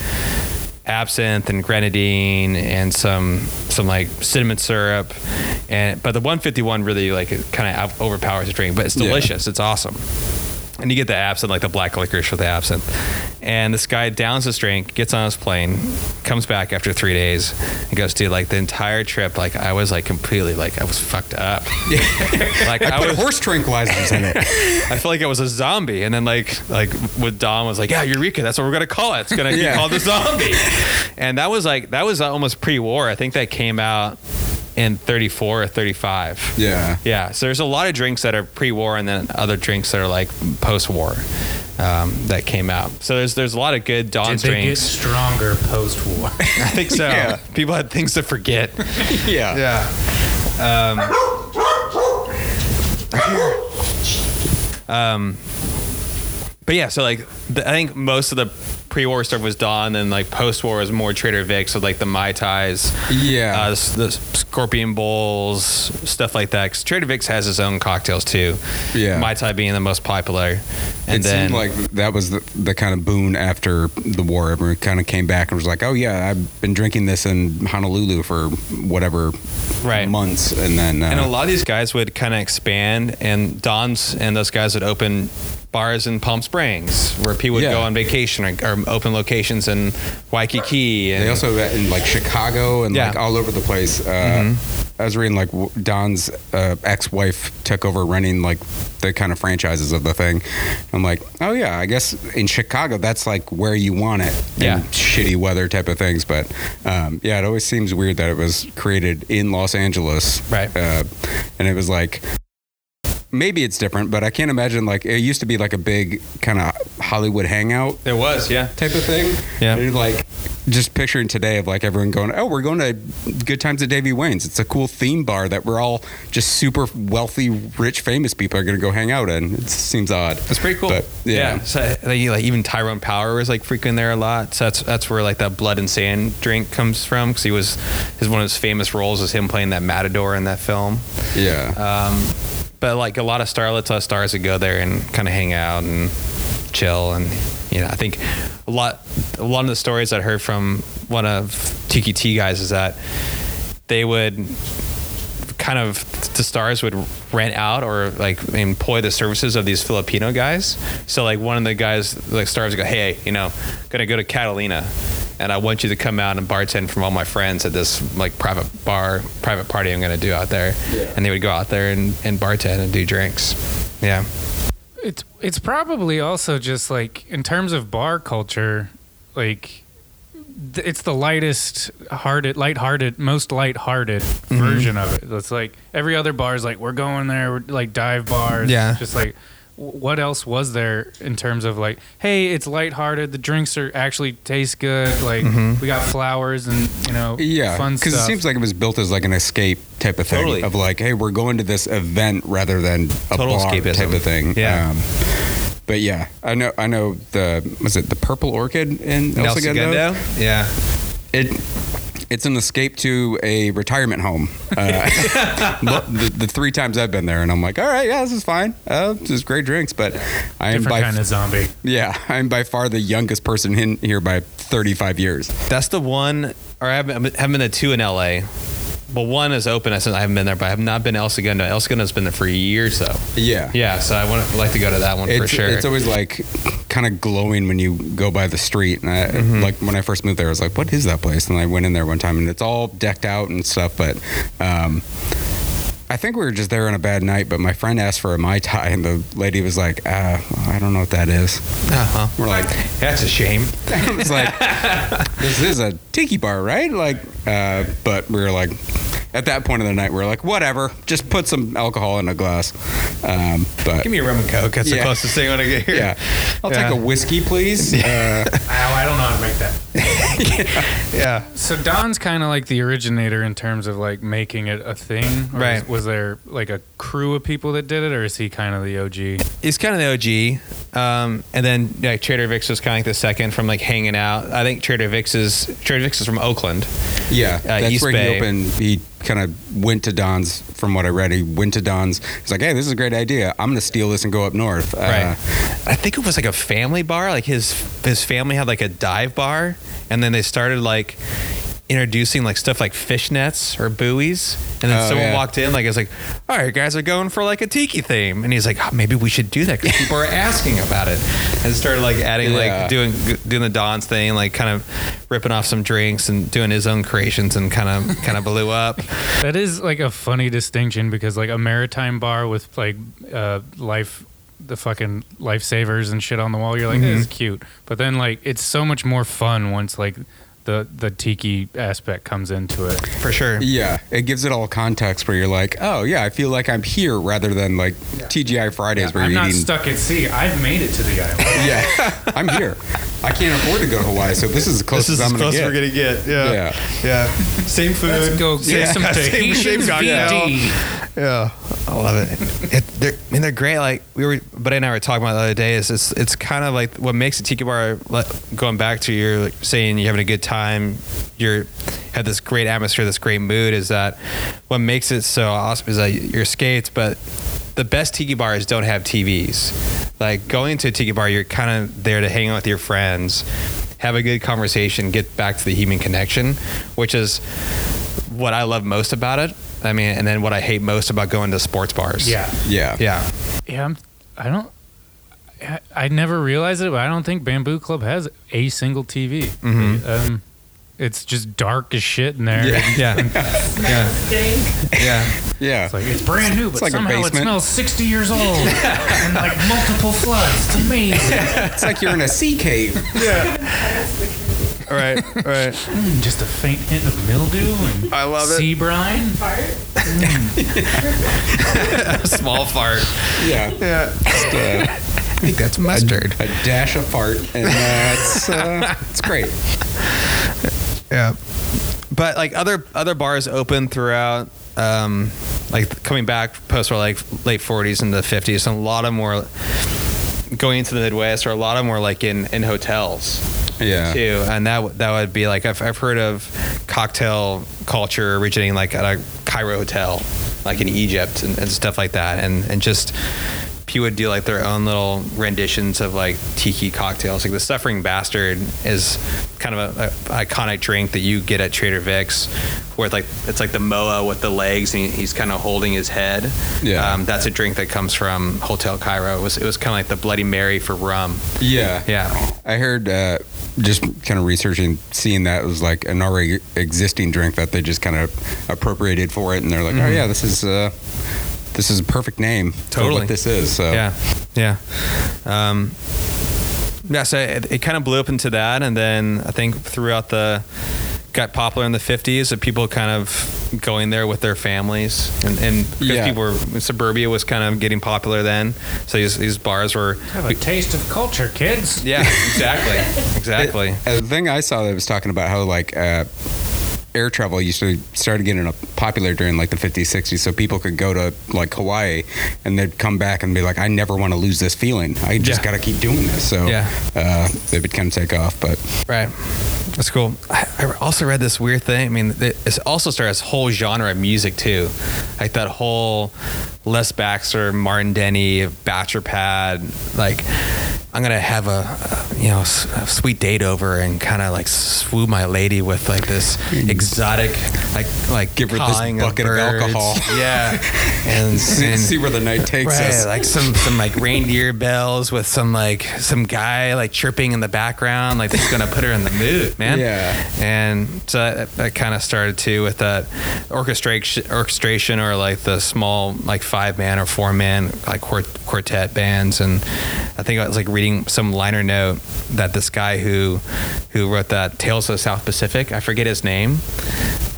[SPEAKER 7] absinthe and grenadine and some some like cinnamon syrup and but the 151 really like kind of overpowers the drink but it's
[SPEAKER 5] Yeah.
[SPEAKER 7] delicious it's awesome and you get the absinthe like the black licorice with the absinthe and this guy downs his drink gets on his plane comes back after three days and goes dude like the entire trip like i was like completely like i was fucked up *laughs* like i,
[SPEAKER 5] Put
[SPEAKER 7] was
[SPEAKER 5] horse tranquilizers in it.
[SPEAKER 7] I feel like I was a zombie, and then like like with Dom was like, yeah, Eureka, that's what we're gonna call it. It's gonna
[SPEAKER 5] Yeah. *laughs*
[SPEAKER 7] be called the zombie. and that was like that was almost pre-war. I think that came out in 34 or 35.
[SPEAKER 5] Yeah.
[SPEAKER 7] Yeah, so there's a lot of drinks that are pre-war, and then other drinks that are like post-war um, that came out. So there's there's a lot of good Dom
[SPEAKER 6] Did they get
[SPEAKER 7] drinks.
[SPEAKER 6] stronger post war?
[SPEAKER 7] I think so.
[SPEAKER 5] *laughs* Yeah.
[SPEAKER 7] People had things to forget.
[SPEAKER 5] Yeah.
[SPEAKER 7] Yeah. Um, um, but yeah, so like the, I think most of the pre-war stuff was done, and like post-war was more Trader Vic's with like the mai tais,
[SPEAKER 5] Yeah.
[SPEAKER 7] uh, s- the scorpion bowls, stuff like that. 'Cause Trader Vic's has its own cocktails too.
[SPEAKER 5] Yeah.
[SPEAKER 7] mai tai being the most popular, and
[SPEAKER 5] it
[SPEAKER 7] then
[SPEAKER 5] seemed like that was the, the kind of boon after the war. Everyone kind of came back and was like, "Oh yeah, I've been drinking this in Honolulu for whatever
[SPEAKER 7] Right.
[SPEAKER 5] months," and then uh,
[SPEAKER 7] and a lot of these guys would kind of expand and don's and those guys would open bars in palm springs where people would
[SPEAKER 5] Yeah.
[SPEAKER 7] go on vacation or, or open locations in waikiki and
[SPEAKER 5] they also met in like Chicago and
[SPEAKER 7] Yeah. Mm-hmm.
[SPEAKER 5] like all over the place. Uh, I was reading like w- Don's uh, ex-wife took over running like the kind of franchises of the thing. I'm like, oh yeah, I guess in Chicago that's like where you want it. in
[SPEAKER 7] Yeah.
[SPEAKER 5] shitty weather type of things. But um, yeah, it always seems weird that it was created in Los Angeles,
[SPEAKER 7] Right.
[SPEAKER 5] Uh, and it was like maybe it's different, but I can't imagine like it used to be like a big kind of Hollywood hangout
[SPEAKER 7] there was yeah
[SPEAKER 5] type of thing.
[SPEAKER 7] Yeah.
[SPEAKER 5] And, like just picturing today of like everyone going, oh, we're going to Good Times at Davy Wayne's. It's a cool theme bar that we're all just super wealthy, rich, famous people are going to go hang out in. It seems odd.
[SPEAKER 7] That's pretty cool.
[SPEAKER 5] But, yeah.
[SPEAKER 7] So like, like even Tyrone Power was like freaking there a lot. So that's that's where like that blood and sand drink comes from because he was his one of his famous roles was him playing that matador in that film.
[SPEAKER 5] Yeah.
[SPEAKER 7] Um, but like a lot of starlets, a lot of stars would go there and kind of hang out and chill. And you know, I think a lot, a lot of the stories I heard from one of Tiki T guys is that they would kind of the stars would rent out or like employ the services of these Filipino guys. So like one of the guys, like stars, would go, hey, you know, gonna go to Catalina. And I want you to come out and bartend from all my friends at this like private bar, private party I'm gonna do out there. And they would go out there and, and bartend and do drinks. Yeah.
[SPEAKER 6] it's it's probably also just like in terms of bar culture, like th- it's the lightest hearted, lighthearted, most lighthearted
[SPEAKER 5] Mm-hmm.
[SPEAKER 6] version of it. It's like every other bar is like we're going there, we're, like dive bars,
[SPEAKER 7] Yeah.
[SPEAKER 6] Just like w- what else was there in terms of like, hey, it's lighthearted, the drinks are actually taste good, like we got flowers and you know,
[SPEAKER 5] Mm-hmm. yeah,
[SPEAKER 6] fun
[SPEAKER 5] because
[SPEAKER 6] stuff.
[SPEAKER 5] it seems like it was built as like an escape type of thing
[SPEAKER 7] Totally.
[SPEAKER 5] of like, hey, we're going to this event rather than a
[SPEAKER 7] Total
[SPEAKER 5] bar
[SPEAKER 7] escapism.
[SPEAKER 5] type of thing.
[SPEAKER 7] Yeah.
[SPEAKER 5] Um, but yeah, I know. I know the was it the Purple Orchid in El
[SPEAKER 7] El
[SPEAKER 5] Segundo?
[SPEAKER 7] Segundo? Yeah.
[SPEAKER 5] it it's an escape to a retirement home. Uh, *laughs* but the, the three times I've been there, and I'm like, all right, yeah, this is fine. Uh, this is great drinks, but I am
[SPEAKER 6] different
[SPEAKER 5] by *laughs*
[SPEAKER 6] kind of zombie.
[SPEAKER 5] yeah, I'm by far the youngest person in here by 35 years.
[SPEAKER 7] That's the one or I haven't, I haven't been to two in LA. Well, one is open. I said I haven't been there, but I have not been to El Segundo. El Segundo's been there for years, though.
[SPEAKER 5] Yeah.
[SPEAKER 7] Yeah, so I want to like to go to that one
[SPEAKER 5] It's,
[SPEAKER 7] for sure.
[SPEAKER 5] it's always like kind of glowing when you go by the street. And I,
[SPEAKER 7] Mm-hmm.
[SPEAKER 5] like when I first moved there, I was like, what is that place? And I went in there one time and it's all decked out and stuff. But um, I think we were just there on a bad night. But my friend asked for a Mai Tai and the lady was like, uh, I don't know what that is.
[SPEAKER 7] uh-huh.
[SPEAKER 5] We're like, *laughs*
[SPEAKER 7] That's a shame.
[SPEAKER 5] it's like, this is a tiki bar, right? Like, uh, but we were like, at that point of the night, we were like, whatever, just put some alcohol in a glass. Um, but
[SPEAKER 7] Give me a rum and coke. That's the
[SPEAKER 5] Yeah.
[SPEAKER 7] closest thing I want to get here.
[SPEAKER 5] yeah, I'll
[SPEAKER 7] *laughs* Yeah.
[SPEAKER 5] take a whiskey, please. Uh,
[SPEAKER 6] I don't know how to make that.
[SPEAKER 7] *laughs* Yeah.
[SPEAKER 6] So Don's kind of like the originator in terms of like making it a thing. Or
[SPEAKER 7] Right.
[SPEAKER 6] is- was there like a crew of people that did it, or is he kind of the OG?
[SPEAKER 7] he's kind of the OG. Um, and then like Trader Vic's was kind of like the second from like hanging out. I think Trader Vic's is Trader Vic's is from Oakland.
[SPEAKER 5] yeah, that's
[SPEAKER 7] East
[SPEAKER 5] where
[SPEAKER 7] Bay.
[SPEAKER 5] he opened. He kind of went to Don's, from what I read. He went to Don's. He's like, hey, this is a great idea. I'm going to steal this and go up north. Uh,
[SPEAKER 7] right. I think it was like a family bar. Like his his family had like a dive bar, and then they started like introducing like stuff like fishnets or buoys. And then
[SPEAKER 5] Oh,
[SPEAKER 7] someone
[SPEAKER 5] yeah.
[SPEAKER 7] walked in like it's like, all right, guys are going for like a tiki theme, and he's like, oh, maybe we should do that because people are asking about it, and started like adding
[SPEAKER 5] Yeah.
[SPEAKER 7] like doing doing the Don's thing, like kind of ripping off some drinks and doing his own creations, and kind of kind of blew up.
[SPEAKER 6] That is like a funny distinction because like a maritime bar with like uh, life, the fucking lifesavers and shit on the wall. You're like, this is
[SPEAKER 7] Mm-hmm.
[SPEAKER 6] cute, but then like it's so much more fun once like the the tiki aspect comes into it.
[SPEAKER 7] For
[SPEAKER 5] *laughs*
[SPEAKER 7] sure.
[SPEAKER 5] Yeah, it gives it all context where you're like, oh, yeah, I feel like I'm here rather than like TGI Fridays where
[SPEAKER 6] I'm
[SPEAKER 5] you're
[SPEAKER 6] not
[SPEAKER 5] eating.
[SPEAKER 6] stuck at sea. I've made it to the
[SPEAKER 7] *laughs*
[SPEAKER 6] island.
[SPEAKER 5] Yeah, *laughs* I'm here. I can't afford to go to Hawaii, so this is the
[SPEAKER 7] This
[SPEAKER 5] closest
[SPEAKER 7] is as
[SPEAKER 5] I'm going
[SPEAKER 7] close
[SPEAKER 5] to
[SPEAKER 7] we're
[SPEAKER 5] get.
[SPEAKER 7] gonna get. Yeah.
[SPEAKER 5] Yeah.
[SPEAKER 7] Yeah. Same food.
[SPEAKER 6] Let's go get
[SPEAKER 7] Yeah.
[SPEAKER 6] some
[SPEAKER 7] *laughs* Same- same
[SPEAKER 6] Tahitian
[SPEAKER 7] cocktail.
[SPEAKER 6] VD.
[SPEAKER 7] Yeah, I love it. it they're, I mean, they're great. Like we were, but I and I were talking about the other day. Is it's, it's kind of like what makes a tiki bar. Like, going back to your like, saying you're having a good time, you're have this great atmosphere, this great mood. Is that what makes it so awesome? Is that your skates, but the best tiki bars don't have TVs. Like going to a tiki bar, you're kind of there to hang out with your friends, have a good conversation, get back to the human connection, which is what I love most about it. I mean, and then what I hate most about going to sports bars.
[SPEAKER 6] Yeah.
[SPEAKER 5] Yeah.
[SPEAKER 7] Yeah.
[SPEAKER 6] Yeah, I'm, I don't. I, I never realized it, but I don't think Bamboo Club has a single TV. Um, it's just dark as shit in there.
[SPEAKER 7] Mm-hmm. Yeah.
[SPEAKER 8] Dang.
[SPEAKER 7] yeah.
[SPEAKER 5] Yeah.
[SPEAKER 6] It's like it's brand new, but
[SPEAKER 5] like a
[SPEAKER 6] somehow it
[SPEAKER 5] basement.
[SPEAKER 6] smells sixty years
[SPEAKER 7] *laughs*
[SPEAKER 6] old and like multiple floods. It's amazing.
[SPEAKER 5] It's like you're in a sea cave.
[SPEAKER 7] *laughs* All right. All right.
[SPEAKER 6] Mm, just a faint hint of mildew and
[SPEAKER 7] I love it.
[SPEAKER 6] sea
[SPEAKER 7] *laughs*
[SPEAKER 6] brine.
[SPEAKER 8] Fart.
[SPEAKER 7] Small fart.
[SPEAKER 5] Yeah. uh,
[SPEAKER 7] Yeah. *laughs* I think that's mustard.
[SPEAKER 5] A dash of fart, and uh, it's
[SPEAKER 7] *laughs*
[SPEAKER 5] uh, it's great.
[SPEAKER 7] Yeah. But like other other bars open throughout um like coming back post were like late 40s and the 50s and a lot of them were going into the Midwest or a lot of them were like in in hotels.
[SPEAKER 5] Yeah.
[SPEAKER 7] too, and that w- that would be like I've, I've heard of cocktail culture originating like at a Cairo hotel, like in Egypt and, and stuff like that, and and just people would do like their own little renditions of like tiki cocktails. Like the Suffering Bastard is kind of a, a iconic drink that you get at Trader Vic's, where it's like it's like the moa with the legs, and he, he's kind of holding his head.
[SPEAKER 5] Yeah.
[SPEAKER 7] um, that's a drink that comes from Hotel Cairo. It was it was kind of like the Bloody Mary for rum.
[SPEAKER 5] Yeah.
[SPEAKER 7] Yeah.
[SPEAKER 5] I heard uh, just kind of researching, seeing that it was like an already existing drink that they just kind of appropriated for it, and they're like,
[SPEAKER 7] Mm-hmm.
[SPEAKER 5] oh yeah, this is uh, this is a perfect name for
[SPEAKER 7] Totally.
[SPEAKER 5] what this is. So
[SPEAKER 7] Yeah, yeah, um, yeah. So it, it kind of blew up into that, and then I think throughout the got popular in the fifties of people kind of going there with their families, and, and because
[SPEAKER 5] Yeah.
[SPEAKER 7] people were suburbia was kind of getting popular then, so these these bars were
[SPEAKER 6] Have a taste of culture, kids.
[SPEAKER 7] yeah, exactly, exactly.
[SPEAKER 5] Uh, the thing I saw that was talking about how like uh, air travel used to started getting uh, popular during like the 50s, 60s, so people could go to like Hawaii and they'd come back and be like, I never want to lose this feeling. I just
[SPEAKER 7] Yeah.
[SPEAKER 5] got to keep doing this. So
[SPEAKER 7] Yeah.
[SPEAKER 5] uh, they would kind of take off, but
[SPEAKER 7] Right. That's cool. I, I also read this weird thing. I mean, th- it also started this whole genre of music too, like that whole Les Baxter, Martin Denny, Bachelor Pad, like I'm gonna have a, you know, s- a sweet date over and kind of like swoo my lady with like this exotic, like like
[SPEAKER 5] Give her this
[SPEAKER 7] cawing
[SPEAKER 5] bucket Mm. of
[SPEAKER 7] birds.
[SPEAKER 5] alcohol.
[SPEAKER 7] *laughs* yeah, and,
[SPEAKER 5] *laughs* See,
[SPEAKER 7] and
[SPEAKER 5] see where the night takes
[SPEAKER 7] right,
[SPEAKER 5] us.
[SPEAKER 7] like some some like reindeer bells with some like some guy like chirping in the background, like that's gonna put her in the mood, man.
[SPEAKER 5] Yeah.
[SPEAKER 7] And so that, that kind of started too with that orchestration, orchestration or like the small like five man or four man like quart- quartet bands, and I think I was like reading some liner note that this guy who who wrote that Tales of the South Pacific, I forget his name,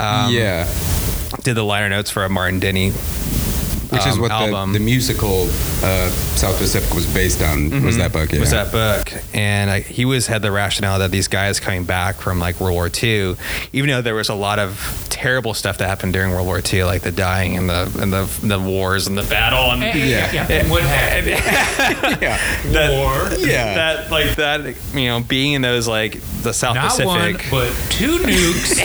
[SPEAKER 7] um,
[SPEAKER 5] yeah,
[SPEAKER 7] did the liner notes for a Martin Denny
[SPEAKER 5] which is
[SPEAKER 7] um,
[SPEAKER 5] what the,
[SPEAKER 7] album.
[SPEAKER 5] the musical uh, South Pacific was based on. Was that book? Yeah.
[SPEAKER 7] Mm-hmm. was that book, and I, he was had the rationale that these guys coming back from like World War II, even though there was a lot of terrible stuff that happened during World War II, like the dying and the and the the wars and the battle and
[SPEAKER 5] Yeah.
[SPEAKER 6] What
[SPEAKER 7] *laughs*
[SPEAKER 6] happened?
[SPEAKER 7] that,
[SPEAKER 6] War.
[SPEAKER 5] Yeah.
[SPEAKER 7] that like that you know being in those like the South
[SPEAKER 6] Not one,
[SPEAKER 7] Pacific
[SPEAKER 6] but two
[SPEAKER 7] *laughs*
[SPEAKER 6] nukes.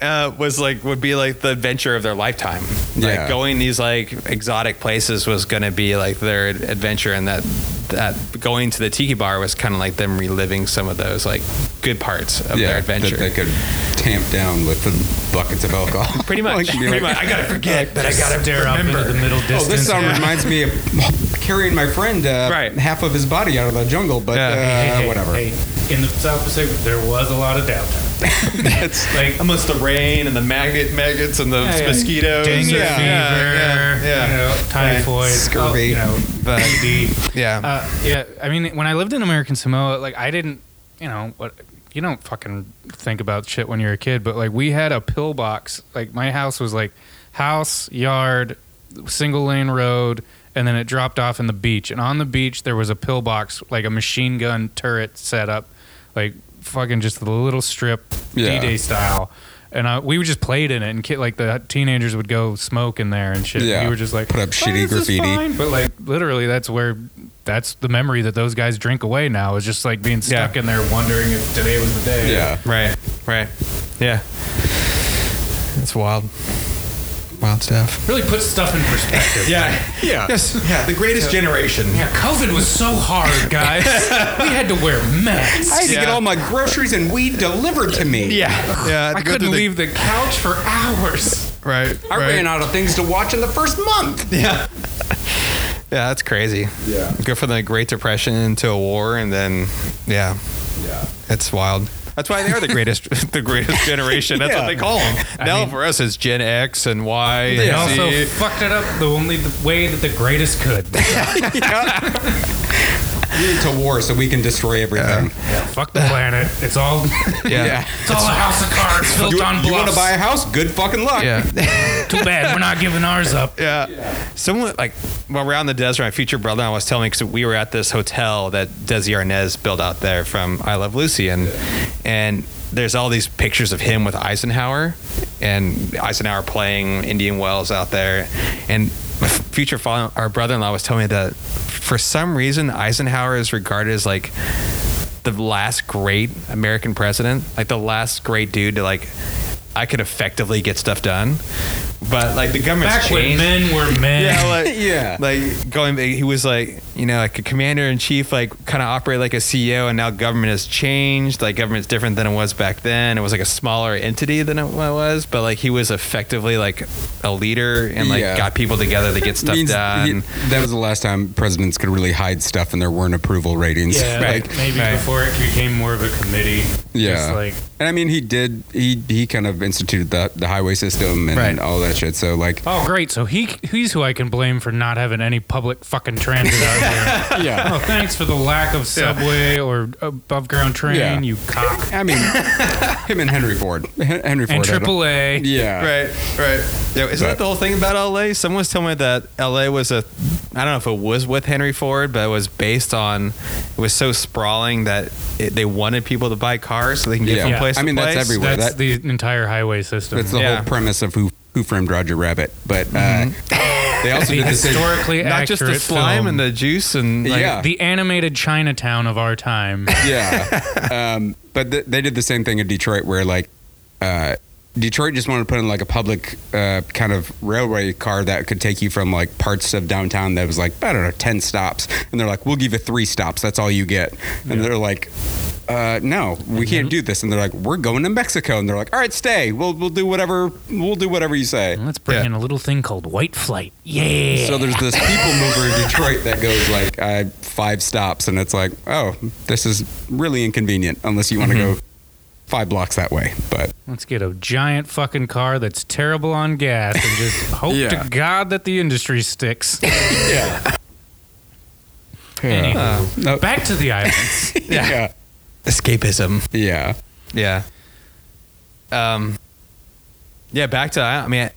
[SPEAKER 7] uh, *laughs* was like would be like the adventure of their lifetime.
[SPEAKER 5] Yeah.
[SPEAKER 7] Like going these like exotic places was going to be like their ad- adventure, and that that going to the tiki bar was kind of like them reliving some of those like good parts of their adventure.
[SPEAKER 5] That they could tamp down with the buckets of alcohol.
[SPEAKER 7] Pretty much.
[SPEAKER 5] Like, be
[SPEAKER 7] pretty
[SPEAKER 5] like,
[SPEAKER 7] much. I gotta *laughs* forget, but I gotta
[SPEAKER 6] stare up into the middle distance.
[SPEAKER 5] Oh, this song reminds me of carrying my friend uh,
[SPEAKER 7] Right.
[SPEAKER 5] half of his body out of the jungle, but
[SPEAKER 7] Yeah.
[SPEAKER 5] uh,
[SPEAKER 6] Hey, hey,
[SPEAKER 5] whatever.
[SPEAKER 6] hey, in the South Pacific, there was a lot of downtime.
[SPEAKER 7] It's
[SPEAKER 6] Like
[SPEAKER 7] amongst the rain and the maggot maggots and the
[SPEAKER 6] yeah.
[SPEAKER 7] mosquitoes.
[SPEAKER 6] dengue
[SPEAKER 7] Uh, yeah,
[SPEAKER 6] fever,
[SPEAKER 7] Yeah, yeah, yeah.
[SPEAKER 6] you know, typhoid, oh,
[SPEAKER 5] Scurvy.
[SPEAKER 6] you know,
[SPEAKER 7] But-
[SPEAKER 6] TB.
[SPEAKER 7] Yeah.
[SPEAKER 6] Uh, yeah, I mean, when I lived in American Samoa, like I didn't, you know, what you don't fucking think about shit when you're a kid, but like we had a pillbox. Like my house was like house, yard, single lane road, and then it dropped off in the beach. And on the beach there was a pillbox, like a machine gun turret set up, like fucking just the little strip
[SPEAKER 5] Yeah.
[SPEAKER 6] D-Day style. And uh, we just played in it, and kid, like the teenagers would go smoke in there and shit.
[SPEAKER 5] Yeah.
[SPEAKER 6] And we were just like
[SPEAKER 5] Put up shitty
[SPEAKER 6] this is
[SPEAKER 5] graffiti."
[SPEAKER 6] fine." But like literally, that's where that's the memory that those guys drink away now is just like being stuck
[SPEAKER 7] Yeah.
[SPEAKER 6] in there wondering if today was the day.
[SPEAKER 5] Yeah.
[SPEAKER 7] Right, right. Yeah. It's wild. Wild stuff.
[SPEAKER 6] Really put stuff in perspective.
[SPEAKER 7] Yeah.
[SPEAKER 5] Yeah.
[SPEAKER 7] *laughs* Yes. Yeah. The greatest generation.
[SPEAKER 6] Yeah, COVID was so hard, guys. we had to wear masks.
[SPEAKER 5] I had to get
[SPEAKER 7] Yeah.
[SPEAKER 5] all my groceries and weed delivered to me.
[SPEAKER 7] Yeah. Yeah.
[SPEAKER 6] I couldn't leave the couch for hours.
[SPEAKER 7] *laughs* Right.
[SPEAKER 5] I ran out of things to watch in the first month.
[SPEAKER 7] Yeah. Yeah, that's crazy.
[SPEAKER 5] Yeah.
[SPEAKER 7] Go from the Great Depression into a war, and then, yeah,
[SPEAKER 5] Yeah.
[SPEAKER 7] it's wild. That's why they are the greatest, *laughs* the greatest generation. That's
[SPEAKER 5] Yeah.
[SPEAKER 7] what they call them. Now for us, it's Gen X and Y. And
[SPEAKER 6] They also
[SPEAKER 7] Z.
[SPEAKER 6] fucked it up the only the way that the greatest could.
[SPEAKER 5] We need to war so we can destroy everything.
[SPEAKER 6] Fuck the planet. It's all *laughs*
[SPEAKER 7] yeah.
[SPEAKER 6] It's all a house of cards built
[SPEAKER 5] You,
[SPEAKER 6] on bluffs.
[SPEAKER 5] want to buy a house? Good fucking luck.
[SPEAKER 7] Yeah.
[SPEAKER 6] Too bad we're not giving ours up.
[SPEAKER 7] Yeah. Someone like well, around the desert, my future brother in law was telling me because we were at this hotel that Desi Arnaz built out there from I Love Lucy, and and there's all these pictures of him with Eisenhower, and Eisenhower playing Indian Wells out there, and my future father, our brother in law was telling me that for some reason Eisenhower is regarded as like the last great American president, like the last great dude to like. I could effectively get stuff done, but like the government's
[SPEAKER 6] Back when
[SPEAKER 7] changed.
[SPEAKER 6] men were
[SPEAKER 5] *laughs*
[SPEAKER 6] men.
[SPEAKER 7] Yeah, like,
[SPEAKER 5] Yeah.
[SPEAKER 7] like going. back, He was like, you know, like a commander in chief, like kind of operate like a CEO, and now government has changed. Like government's different than it was back then. It was like a smaller entity than it was, but like he was effectively like a leader and like
[SPEAKER 5] Yeah.
[SPEAKER 7] got people together to get stuff
[SPEAKER 5] Means
[SPEAKER 7] done.
[SPEAKER 5] he- that was the last time presidents could really hide stuff and there weren't approval ratings.
[SPEAKER 6] Yeah,
[SPEAKER 5] Like,
[SPEAKER 6] like maybe before it became more of a committee.
[SPEAKER 5] Yeah.
[SPEAKER 6] Just like
[SPEAKER 5] and I mean, he did. He he kind of instituted the the highway system and
[SPEAKER 7] Right.
[SPEAKER 5] all that shit. So like,
[SPEAKER 6] Oh great! So he he's who I can blame for not having any public fucking transit out
[SPEAKER 5] *laughs*
[SPEAKER 6] here.
[SPEAKER 5] yeah.
[SPEAKER 6] Oh, thanks for the lack of subway or above ground train,
[SPEAKER 5] Yeah.
[SPEAKER 6] you cock.
[SPEAKER 5] I mean, him and Henry Ford. Hen- Henry Ford.
[SPEAKER 6] And
[SPEAKER 5] had a-
[SPEAKER 6] AAA.
[SPEAKER 5] Yeah.
[SPEAKER 7] Right, right. Yeah, isn't that the whole thing about LA? Someone was telling me that LA was a, I don't know if it was with Henry Ford, but it was based on, it was so sprawling that it, they wanted people to buy cars so they can get
[SPEAKER 5] Yeah.
[SPEAKER 7] from
[SPEAKER 5] Yeah.
[SPEAKER 7] place
[SPEAKER 5] I
[SPEAKER 7] to
[SPEAKER 5] mean, that's
[SPEAKER 7] place.
[SPEAKER 5] everywhere.
[SPEAKER 6] That's
[SPEAKER 5] that-
[SPEAKER 6] the entire highway system.
[SPEAKER 5] That's the
[SPEAKER 7] Yeah. Mm-hmm.
[SPEAKER 5] whole premise of who who framed Roger Rabbit. But uh, they also
[SPEAKER 6] the
[SPEAKER 5] did the same.
[SPEAKER 6] historically
[SPEAKER 7] Not
[SPEAKER 6] accurate
[SPEAKER 7] just the slime
[SPEAKER 6] film.
[SPEAKER 7] and the juice and like,
[SPEAKER 5] Yeah.
[SPEAKER 6] the animated Chinatown of our
[SPEAKER 5] *laughs*
[SPEAKER 6] time.
[SPEAKER 7] *laughs*
[SPEAKER 5] Yeah. um, but th- they did the same thing in Detroit where like uh, Detroit just wanted to put in like a public uh, kind of railway car that could take you from like parts of downtown that was like I don't know ten stops, and they're like, we'll give you three stops. That's all you get, and they're like. Uh, no, we
[SPEAKER 7] Mm-hmm.
[SPEAKER 5] can't do this. And they're like, we're going to Mexico. And they're like, all right, stay. We'll we'll do whatever we'll do whatever you say.
[SPEAKER 9] Let's bring
[SPEAKER 7] Yeah.
[SPEAKER 9] in a little thing called white flight. Yeah.
[SPEAKER 5] So there's this people mover in Detroit that goes like uh, five stops, and it's like, oh, this is really inconvenient unless you want to go five blocks that way. But
[SPEAKER 6] Let's get a giant fucking car that's terrible on gas
[SPEAKER 5] *laughs*
[SPEAKER 6] and just hope
[SPEAKER 5] Yeah.
[SPEAKER 6] to God that the
[SPEAKER 5] *laughs*
[SPEAKER 6] industry sticks.
[SPEAKER 5] yeah, Uh, no,
[SPEAKER 6] Back to
[SPEAKER 5] *laughs*
[SPEAKER 6] the islands.
[SPEAKER 5] yeah,
[SPEAKER 7] Escapism.
[SPEAKER 5] yeah.
[SPEAKER 7] Yeah. Um. Yeah, back to I I mean, I,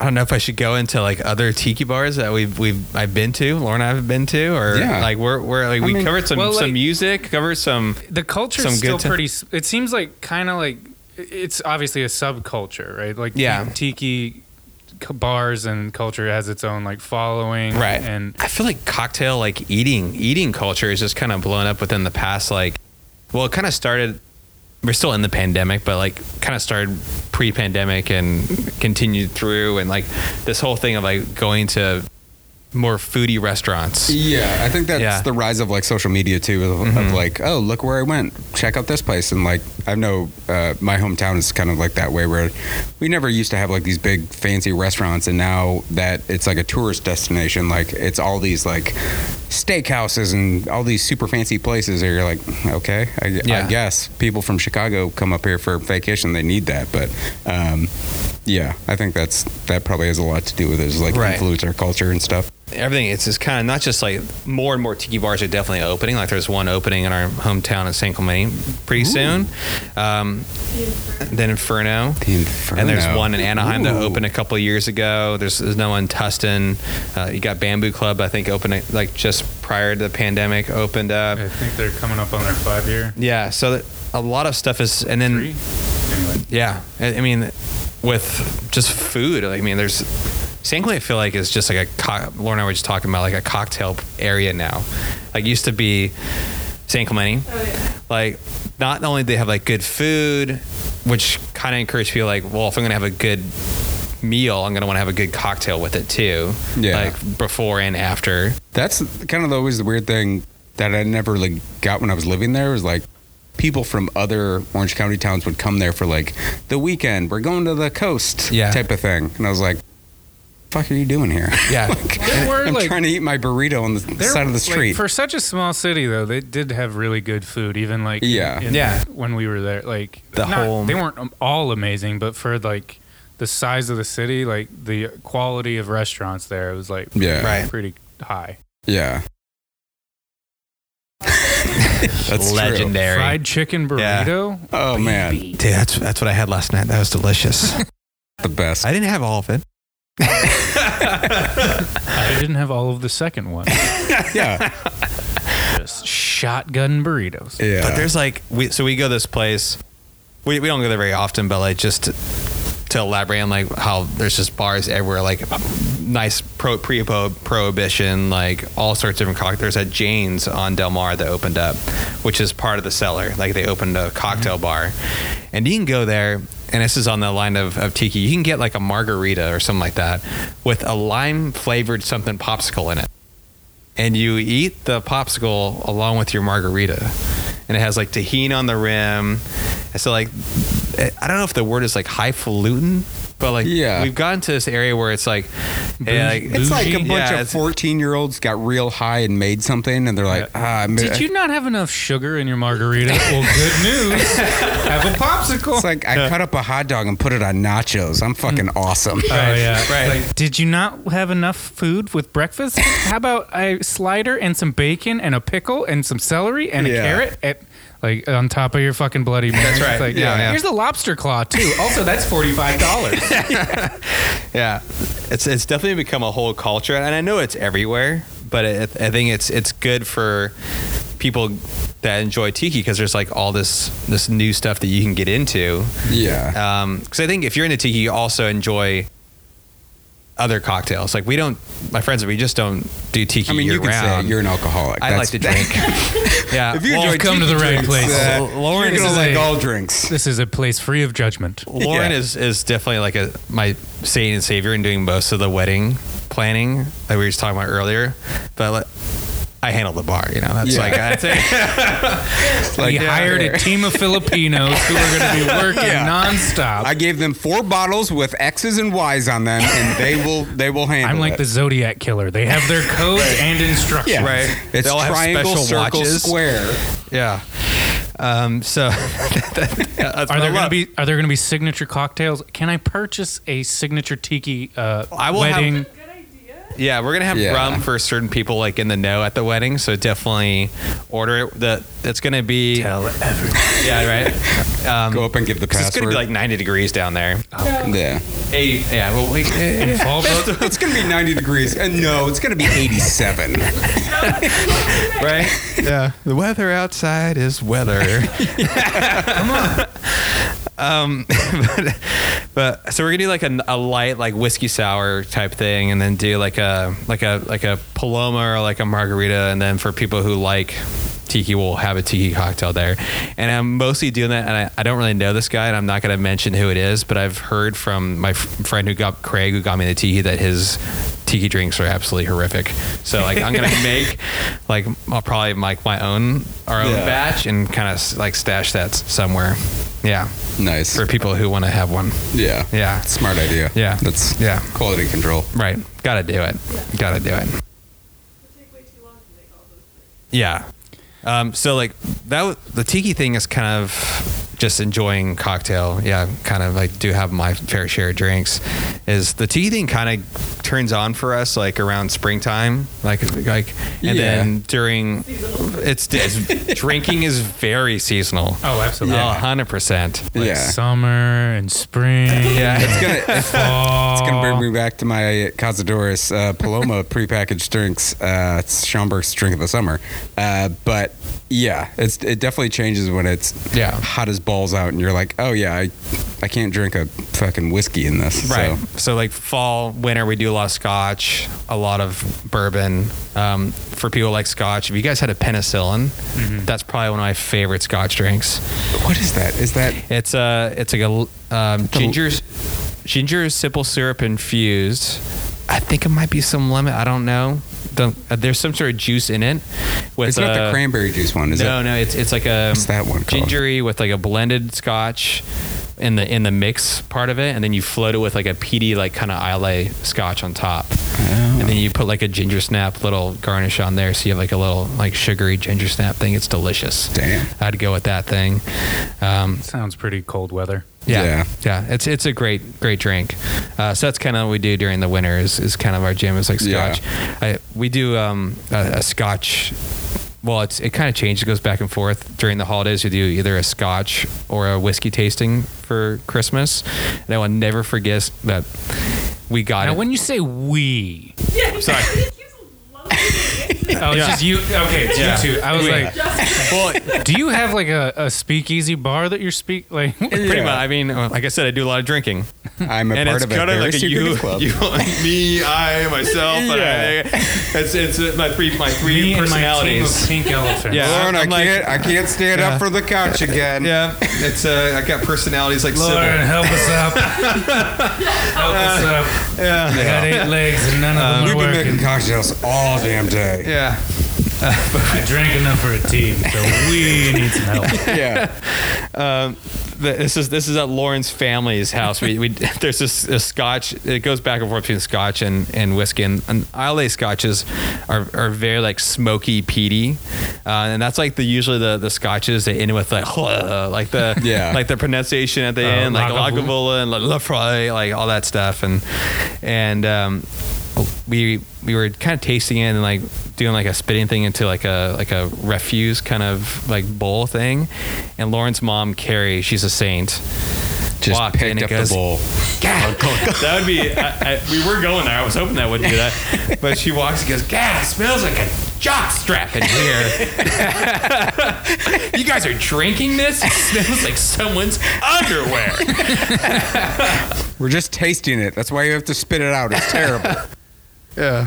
[SPEAKER 7] I don't know if I should go into like other tiki bars that we've we've I've been to, Lauren and I have been to, or
[SPEAKER 5] Yeah.
[SPEAKER 7] like we're we're like we
[SPEAKER 5] mean-
[SPEAKER 7] covered some
[SPEAKER 6] Well, like-
[SPEAKER 7] some music, covered some
[SPEAKER 6] The culture's
[SPEAKER 7] Some good
[SPEAKER 6] still
[SPEAKER 7] ti-
[SPEAKER 6] pretty. s- It seems like kind of like it's obviously a subculture, right? Like
[SPEAKER 7] Yeah.
[SPEAKER 6] tiki c- bars and culture has its own like following, And
[SPEAKER 7] I feel like cocktail like eating eating culture is just kind of blown up within the past like well it kind of started we're still in the pandemic but like kind of started pre-pandemic and continued through and like this whole thing of like going to more foodie restaurants
[SPEAKER 5] Yeah, I think that's
[SPEAKER 7] Yeah. Mm-hmm.
[SPEAKER 5] the rise of like social media too, of, of like, oh, look where I went, check out this place, and like, I know uh, my hometown is kind of like that way where we never used to have like these big fancy restaurants, and now that it's like a tourist destination, like it's all these like steakhouses and all these super fancy places, where you're like, okay, I,
[SPEAKER 7] Yeah.
[SPEAKER 5] I guess people from Chicago come up here for vacation, they need that, but. um yeah, I think that's that probably has a lot to do with it, is like
[SPEAKER 7] Right.
[SPEAKER 5] influencer culture and stuff.
[SPEAKER 7] everything it's just kind of not just like more and more tiki bars are definitely opening like there's one opening in our hometown in San Clemente pretty soon um, then Inferno
[SPEAKER 5] The Inferno.
[SPEAKER 7] And there's one in Anaheim that
[SPEAKER 5] Ooh.
[SPEAKER 7] opened a couple years ago. There's, there's no one in Tustin. Uh, you got Bamboo Club, I think, opened it, like just prior to the pandemic opened up.
[SPEAKER 6] I think they're coming up on their five year.
[SPEAKER 7] Yeah, so that, a lot of stuff is, and then
[SPEAKER 6] Three? Anyway.
[SPEAKER 7] yeah, I, I mean, with just food, like, I mean, there's San Clemente. I feel like is just like a co- Lauren and I were just talking about like a cocktail area now. Like used to be San Clemente
[SPEAKER 8] Oh, yeah.
[SPEAKER 7] like not only do they have like good food which kind of encourage people like well if i'm gonna have a good meal i'm gonna want to have a good cocktail with it too
[SPEAKER 5] Yeah.
[SPEAKER 7] like before and after
[SPEAKER 5] That's kind of always the weird thing that I never like got when I was living there was like people from other Orange County towns would come there for like the weekend. We're going to the coast,
[SPEAKER 7] Yeah.
[SPEAKER 5] type of thing. And I was like, "Fuck, are you doing here? *laughs*
[SPEAKER 7] yeah
[SPEAKER 6] There were,
[SPEAKER 5] I'm
[SPEAKER 6] like-
[SPEAKER 5] trying to eat my burrito on the
[SPEAKER 6] There-
[SPEAKER 5] side of the
[SPEAKER 6] like,
[SPEAKER 5] street."
[SPEAKER 6] for such a small city, though, they did have really good food. Even like
[SPEAKER 5] Yeah.
[SPEAKER 7] Yeah.
[SPEAKER 6] when we were there, like
[SPEAKER 7] The whole-
[SPEAKER 6] they weren't um, all amazing, but for like the size of the city, like the quality of restaurants there, it was like
[SPEAKER 5] yeah,
[SPEAKER 7] Right.
[SPEAKER 6] pretty high.
[SPEAKER 5] yeah. That's true.
[SPEAKER 7] legendary
[SPEAKER 6] Fried chicken
[SPEAKER 7] Yeah.
[SPEAKER 6] burrito.
[SPEAKER 5] Oh man,
[SPEAKER 7] dude that's that's what i had last night that was *laughs* delicious
[SPEAKER 5] the best.
[SPEAKER 7] didn't have all of it
[SPEAKER 6] I didn't have all of the second
[SPEAKER 7] *laughs*
[SPEAKER 6] one.
[SPEAKER 5] Yeah,
[SPEAKER 6] Just shotgun burritos.
[SPEAKER 5] yeah.
[SPEAKER 7] but there's like we so we go this place we, we don't go there very often but like just to, to elaborate on like how there's just bars everywhere like nice pro pre prohibition like all sorts of different cocktails at jane's on del mar that opened up which is part of the cellar like they opened a cocktail bar and you can go there and this is on the line of, of tiki you can get like a margarita or something like that with a lime flavored something popsicle in it and you eat the popsicle along with your margarita and it has like tahini on the rim and so like i don't know if the word is like highfalutin but like
[SPEAKER 5] Yeah.
[SPEAKER 7] we've gotten to this area where it's like, yeah, like
[SPEAKER 5] it's like a bunch
[SPEAKER 7] Yeah,
[SPEAKER 5] of
[SPEAKER 7] it's-
[SPEAKER 5] fourteen-year-olds got real high and made something, and they're like, "Ah, I made-
[SPEAKER 6] Did you not have enough sugar in your margarita?
[SPEAKER 7] *laughs*
[SPEAKER 6] well, good news. Have a popsicle.
[SPEAKER 5] It's like I cut up a hot dog and put it on nachos. I'm fucking
[SPEAKER 7] Hmm.
[SPEAKER 5] awesome.
[SPEAKER 6] Oh yeah,
[SPEAKER 7] Right.
[SPEAKER 6] Like, did you not have enough food with breakfast? How about a slider and some bacon and a pickle and some celery and
[SPEAKER 5] Yeah.
[SPEAKER 6] a carrot, and, like on top of your fucking bloody. Mary. That's
[SPEAKER 7] right.
[SPEAKER 6] Like,
[SPEAKER 7] Yeah, yeah.
[SPEAKER 6] Here's the lobster claw too. Also, that's forty five dollars.
[SPEAKER 7] yeah, it's it's definitely become a whole culture, and I know it's everywhere, but it, I think it's it's good for people that enjoy tiki because there's like all this this new stuff that you can get into.
[SPEAKER 5] *laughs* Yeah.
[SPEAKER 7] Um, because I think if you're into tiki, you also enjoy other cocktails. Like we don't, my friends, we just don't do tiki
[SPEAKER 5] I mean,
[SPEAKER 7] year
[SPEAKER 5] you could
[SPEAKER 7] round.
[SPEAKER 5] say you're an alcoholic.
[SPEAKER 7] I like to drink.
[SPEAKER 5] *laughs*
[SPEAKER 7] yeah,
[SPEAKER 5] If you
[SPEAKER 6] Well,
[SPEAKER 5] enjoy
[SPEAKER 6] I've come to
[SPEAKER 5] tiki
[SPEAKER 6] the right
[SPEAKER 5] drinks,
[SPEAKER 6] place.
[SPEAKER 5] uh,
[SPEAKER 7] Well, Lauren
[SPEAKER 5] you're
[SPEAKER 7] is
[SPEAKER 5] gonna
[SPEAKER 6] a-
[SPEAKER 5] like all drinks.
[SPEAKER 6] This is a place free of judgment.
[SPEAKER 7] Lauren
[SPEAKER 5] Yeah.
[SPEAKER 7] is is definitely like a my saint and savior in doing most of the wedding planning that we were just talking about earlier. But like, I handle the bar, you know. That's
[SPEAKER 5] Yeah.
[SPEAKER 7] like that's
[SPEAKER 5] *laughs*
[SPEAKER 7] it. *laughs*
[SPEAKER 6] we hired a team of Filipinos who are going to be working
[SPEAKER 5] Yeah.
[SPEAKER 6] nonstop.
[SPEAKER 5] I gave them four bottles with X's and Y's on them, and *laughs* they will they will handle.
[SPEAKER 6] I'm like
[SPEAKER 5] it.
[SPEAKER 6] the Zodiac killer. They have their codes and instructions.
[SPEAKER 5] Yeah.
[SPEAKER 7] Right.
[SPEAKER 5] It's
[SPEAKER 7] They all have
[SPEAKER 5] triangle,
[SPEAKER 7] special
[SPEAKER 5] circle,
[SPEAKER 7] watches.
[SPEAKER 5] square.
[SPEAKER 7] yeah. Um, so that's
[SPEAKER 6] Are
[SPEAKER 7] what
[SPEAKER 6] there
[SPEAKER 7] I
[SPEAKER 6] going to
[SPEAKER 7] love.
[SPEAKER 6] be are there going to be signature cocktails? Can I purchase a signature tiki uh,
[SPEAKER 7] I will have-
[SPEAKER 6] wedding?
[SPEAKER 8] Good idea.
[SPEAKER 7] Mm. Yeah, we're gonna have
[SPEAKER 5] Yeah.
[SPEAKER 7] rum for certain people like in the know at the wedding, so definitely order it. The it's gonna be
[SPEAKER 9] Tell everyone.
[SPEAKER 7] yeah right. Um,
[SPEAKER 5] Go up and give the
[SPEAKER 7] 'cause
[SPEAKER 5] password.
[SPEAKER 7] it's gonna be like 90 degrees down there.
[SPEAKER 5] yeah.
[SPEAKER 7] Eighty. Yeah. Well, *laughs* we,
[SPEAKER 6] and fall
[SPEAKER 5] *laughs*
[SPEAKER 6] vote?
[SPEAKER 5] It's gonna be 90 degrees, and no, it's gonna be 87.
[SPEAKER 7] *laughs* right? Yeah. The weather outside is weather. Come on. Um, but, but so we're gonna do like a, a light like whiskey sour type thing, and then do like a like a like a paloma or like a margarita, and then for people who like tiki, we'll have a tiki cocktail there. And I'm mostly doing that, and I, I don't really know this guy, and I'm not gonna mention who it is, but I've heard from my f- friend who got Craig who got me the tiki that his tiki drinks are absolutely horrific. So like I'm gonna make like I'll probably make my own our own
[SPEAKER 5] Yeah.
[SPEAKER 7] batch and kind of like stash that s- somewhere. Yeah,
[SPEAKER 5] Nice.
[SPEAKER 7] for people who want to have one.
[SPEAKER 5] Yeah.
[SPEAKER 7] Yeah.
[SPEAKER 5] Smart idea.
[SPEAKER 7] Yeah.
[SPEAKER 5] That's
[SPEAKER 7] Yeah.
[SPEAKER 5] quality control.
[SPEAKER 7] Right, gotta do it. Gotta do it.
[SPEAKER 8] It'd take way too long to make all those things.
[SPEAKER 7] Yeah. Um, so like that, w- the tiki thing is kind of just enjoying cocktail. Yeah, kind of. I do have my fair share of drinks. Is the tiki thing kind of turns on for us like around springtime, like like, and
[SPEAKER 5] Yeah.
[SPEAKER 7] then during, it's,
[SPEAKER 5] *laughs*
[SPEAKER 7] it's drinking is very seasonal.
[SPEAKER 6] Oh, absolutely.
[SPEAKER 7] A hundred percent.
[SPEAKER 6] Like
[SPEAKER 5] yeah.
[SPEAKER 6] Summer and spring.
[SPEAKER 7] *laughs* Yeah.
[SPEAKER 5] It's gonna it's
[SPEAKER 6] Fall.
[SPEAKER 5] gonna bring me back to my Cazadores uh,
[SPEAKER 7] *laughs*
[SPEAKER 5] Paloma prepackaged drinks. Uh, it's Schomburg's drink of the summer. Uh, but yeah, it's it definitely changes when it's
[SPEAKER 7] Yeah.
[SPEAKER 5] hot as balls out, and you're like, oh yeah, I I can't drink a fucking whiskey in this.
[SPEAKER 7] Right.
[SPEAKER 5] So.
[SPEAKER 7] So. like fall, winter, we do a lot of scotch, a lot of bourbon. Um, for people who like scotch, if you guys had a penicillin,
[SPEAKER 5] Mm-hmm.
[SPEAKER 7] that's probably one of my favorite scotch drinks.
[SPEAKER 5] What is that? Is that
[SPEAKER 7] It's uh, it's like a um, ginger, ginger simple syrup infused. I think it might be some lemon. I don't know. The, uh, there's some sort of juice in it. With
[SPEAKER 5] it's not the
[SPEAKER 7] uh,
[SPEAKER 5] cranberry juice one, is
[SPEAKER 7] no,
[SPEAKER 5] it?
[SPEAKER 7] no, it's it's like a
[SPEAKER 5] What's that one called?
[SPEAKER 7] gingery with like a blended scotch in the in the mix part of it, and then you float it with like a peaty like kind of Islay scotch on top,
[SPEAKER 5] Oh.
[SPEAKER 7] and then you put like a ginger snap little garnish on there, so you have like a little like sugary ginger snap thing. It's delicious.
[SPEAKER 5] Damn.
[SPEAKER 7] I'd go with that thing. Um,
[SPEAKER 6] Sounds pretty cold weather.
[SPEAKER 7] yeah,
[SPEAKER 5] Yeah.
[SPEAKER 7] yeah, It's it's a great great drink. Uh, so that's kind of what we do during the winter. Is, is kind of our jam is like
[SPEAKER 5] Yeah.
[SPEAKER 7] scotch. I, we do um, a, a scotch. Well, it's it kind of changes. It goes back and forth during the holidays. We do either a scotch or a whiskey tasting for Christmas. And I will never forget that we got
[SPEAKER 6] Now,
[SPEAKER 7] it.
[SPEAKER 6] when you say we,
[SPEAKER 8] Yeah, *laughs*
[SPEAKER 7] sorry.
[SPEAKER 8] He keeps lumping it in.
[SPEAKER 6] oh, it's just you. Okay, it's
[SPEAKER 7] Yeah.
[SPEAKER 6] you two. I was
[SPEAKER 7] Yeah.
[SPEAKER 6] like, do you have like a, a speakeasy bar that you're speak
[SPEAKER 7] *laughs*
[SPEAKER 6] like? *laughs*
[SPEAKER 7] *laughs* Pretty
[SPEAKER 5] Yeah.
[SPEAKER 7] much. I mean, uh, like I said, I do a lot of drinking.
[SPEAKER 5] I'm a
[SPEAKER 7] and
[SPEAKER 5] part
[SPEAKER 7] it's
[SPEAKER 5] of a
[SPEAKER 7] kind of like
[SPEAKER 5] Harris
[SPEAKER 7] a
[SPEAKER 5] Security
[SPEAKER 7] you,
[SPEAKER 5] club. *laughs*
[SPEAKER 7] you, me, I, myself, and
[SPEAKER 5] Yeah.
[SPEAKER 7] I. It's it's my three my three
[SPEAKER 6] Me and my team
[SPEAKER 7] personalities.
[SPEAKER 6] of
[SPEAKER 7] *laughs*
[SPEAKER 6] pink elephants.
[SPEAKER 7] Yeah.
[SPEAKER 5] Lauren, I
[SPEAKER 7] I'm like-
[SPEAKER 5] can't, I can't stand
[SPEAKER 7] Yeah.
[SPEAKER 5] up for the couch again.
[SPEAKER 7] *laughs* Yeah, it's uh, I got personalities like
[SPEAKER 6] Lauren,
[SPEAKER 7] Sybil.
[SPEAKER 6] help us
[SPEAKER 7] *laughs*
[SPEAKER 6] up. help us up.
[SPEAKER 7] Yeah, Um,
[SPEAKER 6] I got eight legs and none of
[SPEAKER 5] We've
[SPEAKER 6] them are
[SPEAKER 5] been making
[SPEAKER 6] working.
[SPEAKER 5] cocktails all damn
[SPEAKER 7] *laughs*
[SPEAKER 5] day.
[SPEAKER 7] yeah,
[SPEAKER 6] I drank enough for a team, so we need some
[SPEAKER 7] *laughs*
[SPEAKER 6] help.
[SPEAKER 5] Yeah.
[SPEAKER 7] The- This is this is at Lauren's family's house. We, *laughs* we there's this, this Scotch. It goes back and forth between Scotch and, and whiskey. And, and Islay Scotches are, are very like smoky, peaty, uh, and that's like the usually the, the Scotches they end with like *laughs* like the
[SPEAKER 5] Yeah.
[SPEAKER 7] like the pronunciation at the
[SPEAKER 6] Uh,
[SPEAKER 7] end like
[SPEAKER 6] Lagavulin.
[SPEAKER 7] Lagavulin and La- Lafroy, like all that stuff. And and um, we we were kind of tasting it and like doing like a spitting thing into like a like a refuse kind of like bowl thing. And Lauren's mom, Carrie, she's a saint. Oh,
[SPEAKER 5] Just
[SPEAKER 7] walked in
[SPEAKER 5] picked up
[SPEAKER 7] and goes,
[SPEAKER 5] the bowl.
[SPEAKER 7] that *laughs* would be. I, I, we were going there. I was hoping that wouldn't be that. But she walks and goes, "God, it smells like a jockstrap in here. *laughs* you guys are drinking this? It smells like someone's underwear.
[SPEAKER 5] We're just tasting it. That's why you have to spit it out. It's
[SPEAKER 7] *laughs*
[SPEAKER 5] terrible.
[SPEAKER 6] Yeah.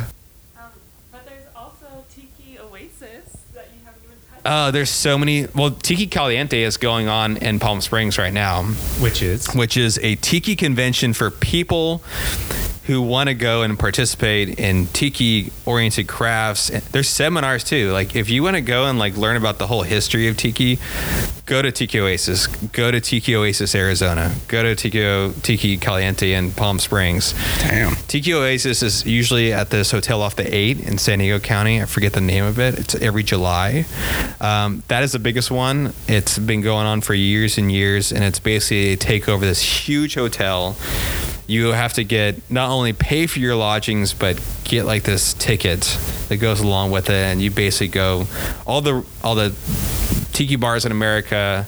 [SPEAKER 8] Um, but there's also Tiki Oasis that you haven't even touched.
[SPEAKER 7] Uh, there's so many. Well, Tiki Caliente is going on in Palm Springs right now,
[SPEAKER 6] Which is
[SPEAKER 7] which is a tiki convention for people who want to go and participate in tiki oriented crafts. There's seminars too. Like if you want to go and like learn about the whole history of tiki, go to Tiki Oasis. Go to Tiki Oasis Arizona. Go to Tiki Tiki Caliente in Palm Springs.
[SPEAKER 5] Damn.
[SPEAKER 7] Tiki Oasis is usually at this hotel off the 8 in San Diego County. I forget the name of it. It's every July. Um, that is the biggest one. It's been going on for years and years, and it's basically a take over this huge hotel. You have to get not only pay for your lodgings, but get like this ticket that goes along with it, and you basically go all the all the tiki bars in America,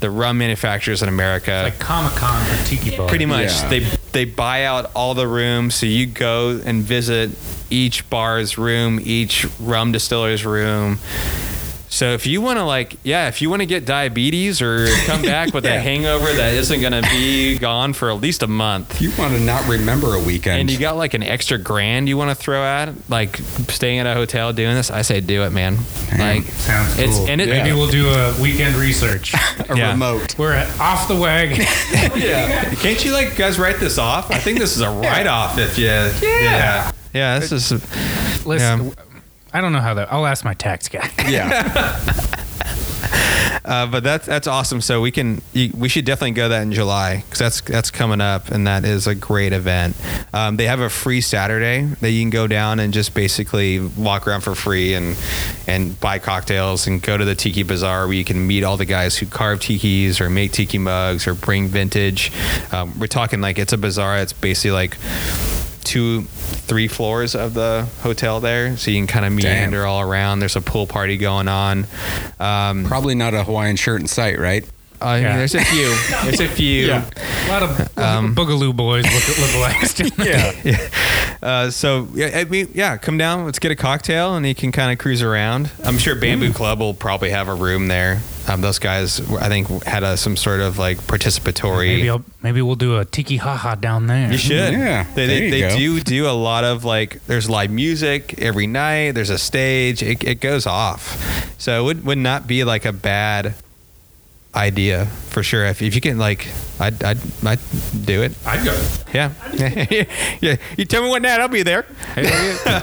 [SPEAKER 7] the rum manufacturers in America,
[SPEAKER 6] like Comic Con for Tiki Bar.
[SPEAKER 7] Pretty much,
[SPEAKER 5] Yeah.
[SPEAKER 7] they they buy out all the rooms, so you go and visit each bar's room, each rum distiller's room. So if you want to like, yeah, if you want to get diabetes or
[SPEAKER 5] *laughs*
[SPEAKER 7] come back with a hangover that isn't going to be gone for at least a month,
[SPEAKER 5] You want to not remember a weekend.
[SPEAKER 7] and you got like an extra grand you want to throw at, like staying at a hotel doing this, I say do it, man. Like
[SPEAKER 6] Sounds cool.
[SPEAKER 7] it's and it
[SPEAKER 6] Maybe we'll do a weekend
[SPEAKER 7] *laughs*
[SPEAKER 6] research.
[SPEAKER 5] a
[SPEAKER 7] yeah.
[SPEAKER 5] remote.
[SPEAKER 6] We're at off the wagon.
[SPEAKER 7] Yeah. Can't you like guys write this off? I think
[SPEAKER 5] *laughs*
[SPEAKER 7] this is a write off if you. Yeah. Yeah. this is.
[SPEAKER 6] Listen, I don't know how that. I'll ask my tax guy.
[SPEAKER 5] Yeah.
[SPEAKER 7] Uh, but that's that's awesome. So we can you, we should definitely go that in July because that's that's coming up and that is a great event. Um, they have a free Saturday that you can go down and just basically walk around for free and and buy cocktails and go to the tiki bazaar where you can meet all the guys who carve tikis or make tiki mugs or bring vintage. Um, we're talking like it's a bazaar. It's basically like two, three floors of the hotel there, so you can kind of meander all around. There's a pool party going on. Um,
[SPEAKER 5] Probably not a Hawaiian shirt in sight,
[SPEAKER 7] *laughs*
[SPEAKER 5] right?
[SPEAKER 7] I mean,
[SPEAKER 6] Yeah.
[SPEAKER 7] There's a few.
[SPEAKER 6] *laughs*
[SPEAKER 7] There's a few.
[SPEAKER 6] A lot of
[SPEAKER 7] Um,
[SPEAKER 6] boogaloo boys look, look
[SPEAKER 7] *laughs*
[SPEAKER 6] alike. yeah.
[SPEAKER 7] Uh, so yeah, I mean, yeah, come down. Let's get a cocktail, and you can kind of cruise around. I'm sure
[SPEAKER 6] Mm-hmm.
[SPEAKER 7] Bamboo Club will probably have a room there. Um, those guys, I think, had a, some sort of like participatory.
[SPEAKER 6] Maybe I'll, maybe we'll do a tiki haha down there.
[SPEAKER 7] You should.
[SPEAKER 5] Yeah, there
[SPEAKER 7] They, they,
[SPEAKER 5] you
[SPEAKER 7] they
[SPEAKER 5] go.
[SPEAKER 7] do do a lot of like, there's live music every night, there's a stage, it, it goes off. So it would, would not be like a bad idea for sure. If, if you can, like, I'd, I'd, I'd do it.
[SPEAKER 6] I'd go.
[SPEAKER 7] Yeah. *laughs* yeah. You tell me what night, I'll be there.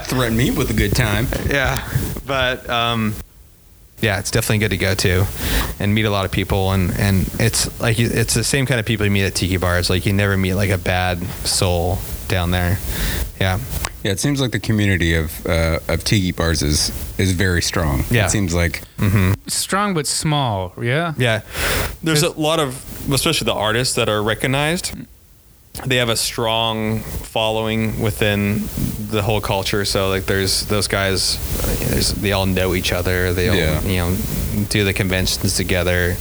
[SPEAKER 5] Threaten me with a good time.
[SPEAKER 7] Yeah. But, um, yeah, it's definitely good to go to and meet a lot of people. And, and it's like, it's the same kind of people you meet at tiki bars. Like, you never meet like a bad soul down there. Yeah.
[SPEAKER 5] Yeah, it seems like the community of uh, of tiki bars is is very strong.
[SPEAKER 7] Yeah.
[SPEAKER 5] It seems like
[SPEAKER 6] *laughs* Strong but small. Yeah.
[SPEAKER 7] Yeah. There's a lot of, especially the artists that are recognized, they have a strong following within the whole culture. So, like, there's those guys, uh, there's, they all know each other. They all,
[SPEAKER 5] Yeah.
[SPEAKER 7] you know, do the conventions together,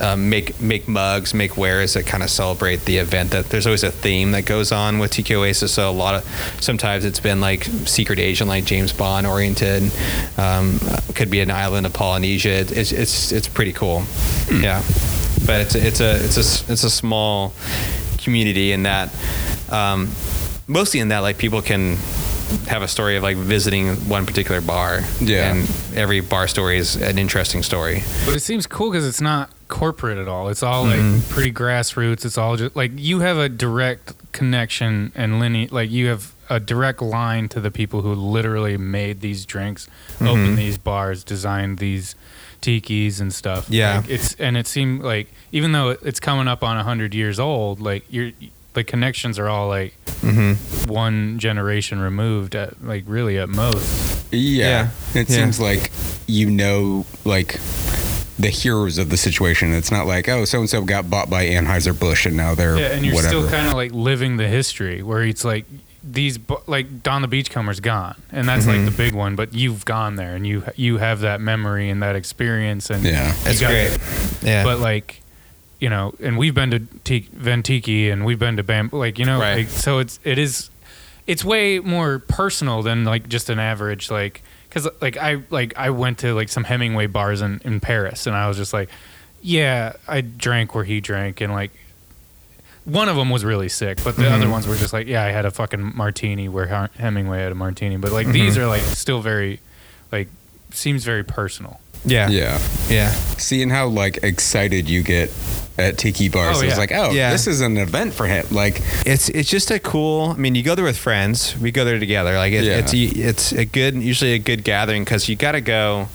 [SPEAKER 7] um, make make mugs, make wares that kind of celebrate the event. That There's always a theme that goes on with TK Oasis. So, a lot of, sometimes it's been like secret Asian, like James Bond oriented. Um, could be an island of Polynesia. It- It's, it's, it's pretty cool. Yeah but it's a, it's a it's a s- it's a small community in that um, mostly in that like people can have a story of like visiting one particular bar
[SPEAKER 5] Yeah.
[SPEAKER 7] and every bar story is an interesting story
[SPEAKER 6] But it seems cool because it's not corporate at all. It's all like pretty grassroots. It's all just like you have a direct connection and lineage. Like you have a direct line to the people who literally made these drinks, opened these bars, designed these tikis and stuff.
[SPEAKER 7] Yeah.
[SPEAKER 6] Like, it's and it seemed like even though it's coming up on hundred years old, like you're. The connections are all like one generation removed, at, like really at most.
[SPEAKER 5] yeah, it
[SPEAKER 7] Yeah.
[SPEAKER 5] seems like you know like the heroes of the situation. It's not like oh, so and so got bought by Anheuser Busch and now they're
[SPEAKER 6] Yeah, and you're
[SPEAKER 5] whatever.
[SPEAKER 6] still kind of like living the history where it's like these bu- like Don the Beachcomber's gone, and that's
[SPEAKER 5] Mm-hmm.
[SPEAKER 6] like the big one. But you've gone there, and you you have that memory and that experience, and
[SPEAKER 5] yeah,
[SPEAKER 6] you got-
[SPEAKER 7] yeah
[SPEAKER 6] But like, you know, and we've been to T- Ventiki, and we've been to Bam, like you know,
[SPEAKER 7] Right.
[SPEAKER 6] like, so it's it is. it's way more personal than like just an average like because like I like I went to like some Hemingway bars in in Paris and I was just like, yeah, I drank where he drank and like. One of them was really sick, but
[SPEAKER 7] Mm-hmm.
[SPEAKER 6] the other ones were just like, yeah, I had a fucking martini where Har- Hemingway had a martini. But like these
[SPEAKER 7] Mm-hmm.
[SPEAKER 6] are like still very, like, seems very personal.
[SPEAKER 7] Yeah.
[SPEAKER 5] Yeah.
[SPEAKER 7] Yeah.
[SPEAKER 5] Seeing how like excited you get at tiki bars,
[SPEAKER 6] Oh,
[SPEAKER 5] it's
[SPEAKER 6] yeah.
[SPEAKER 5] like, oh,
[SPEAKER 7] Yeah.
[SPEAKER 5] this is an event for him. Like,
[SPEAKER 7] It's it's just a cool. I mean, you go there with friends. We go there together. Like it,
[SPEAKER 5] Yeah.
[SPEAKER 7] it's e, it's a good usually a good gathering because you got to go.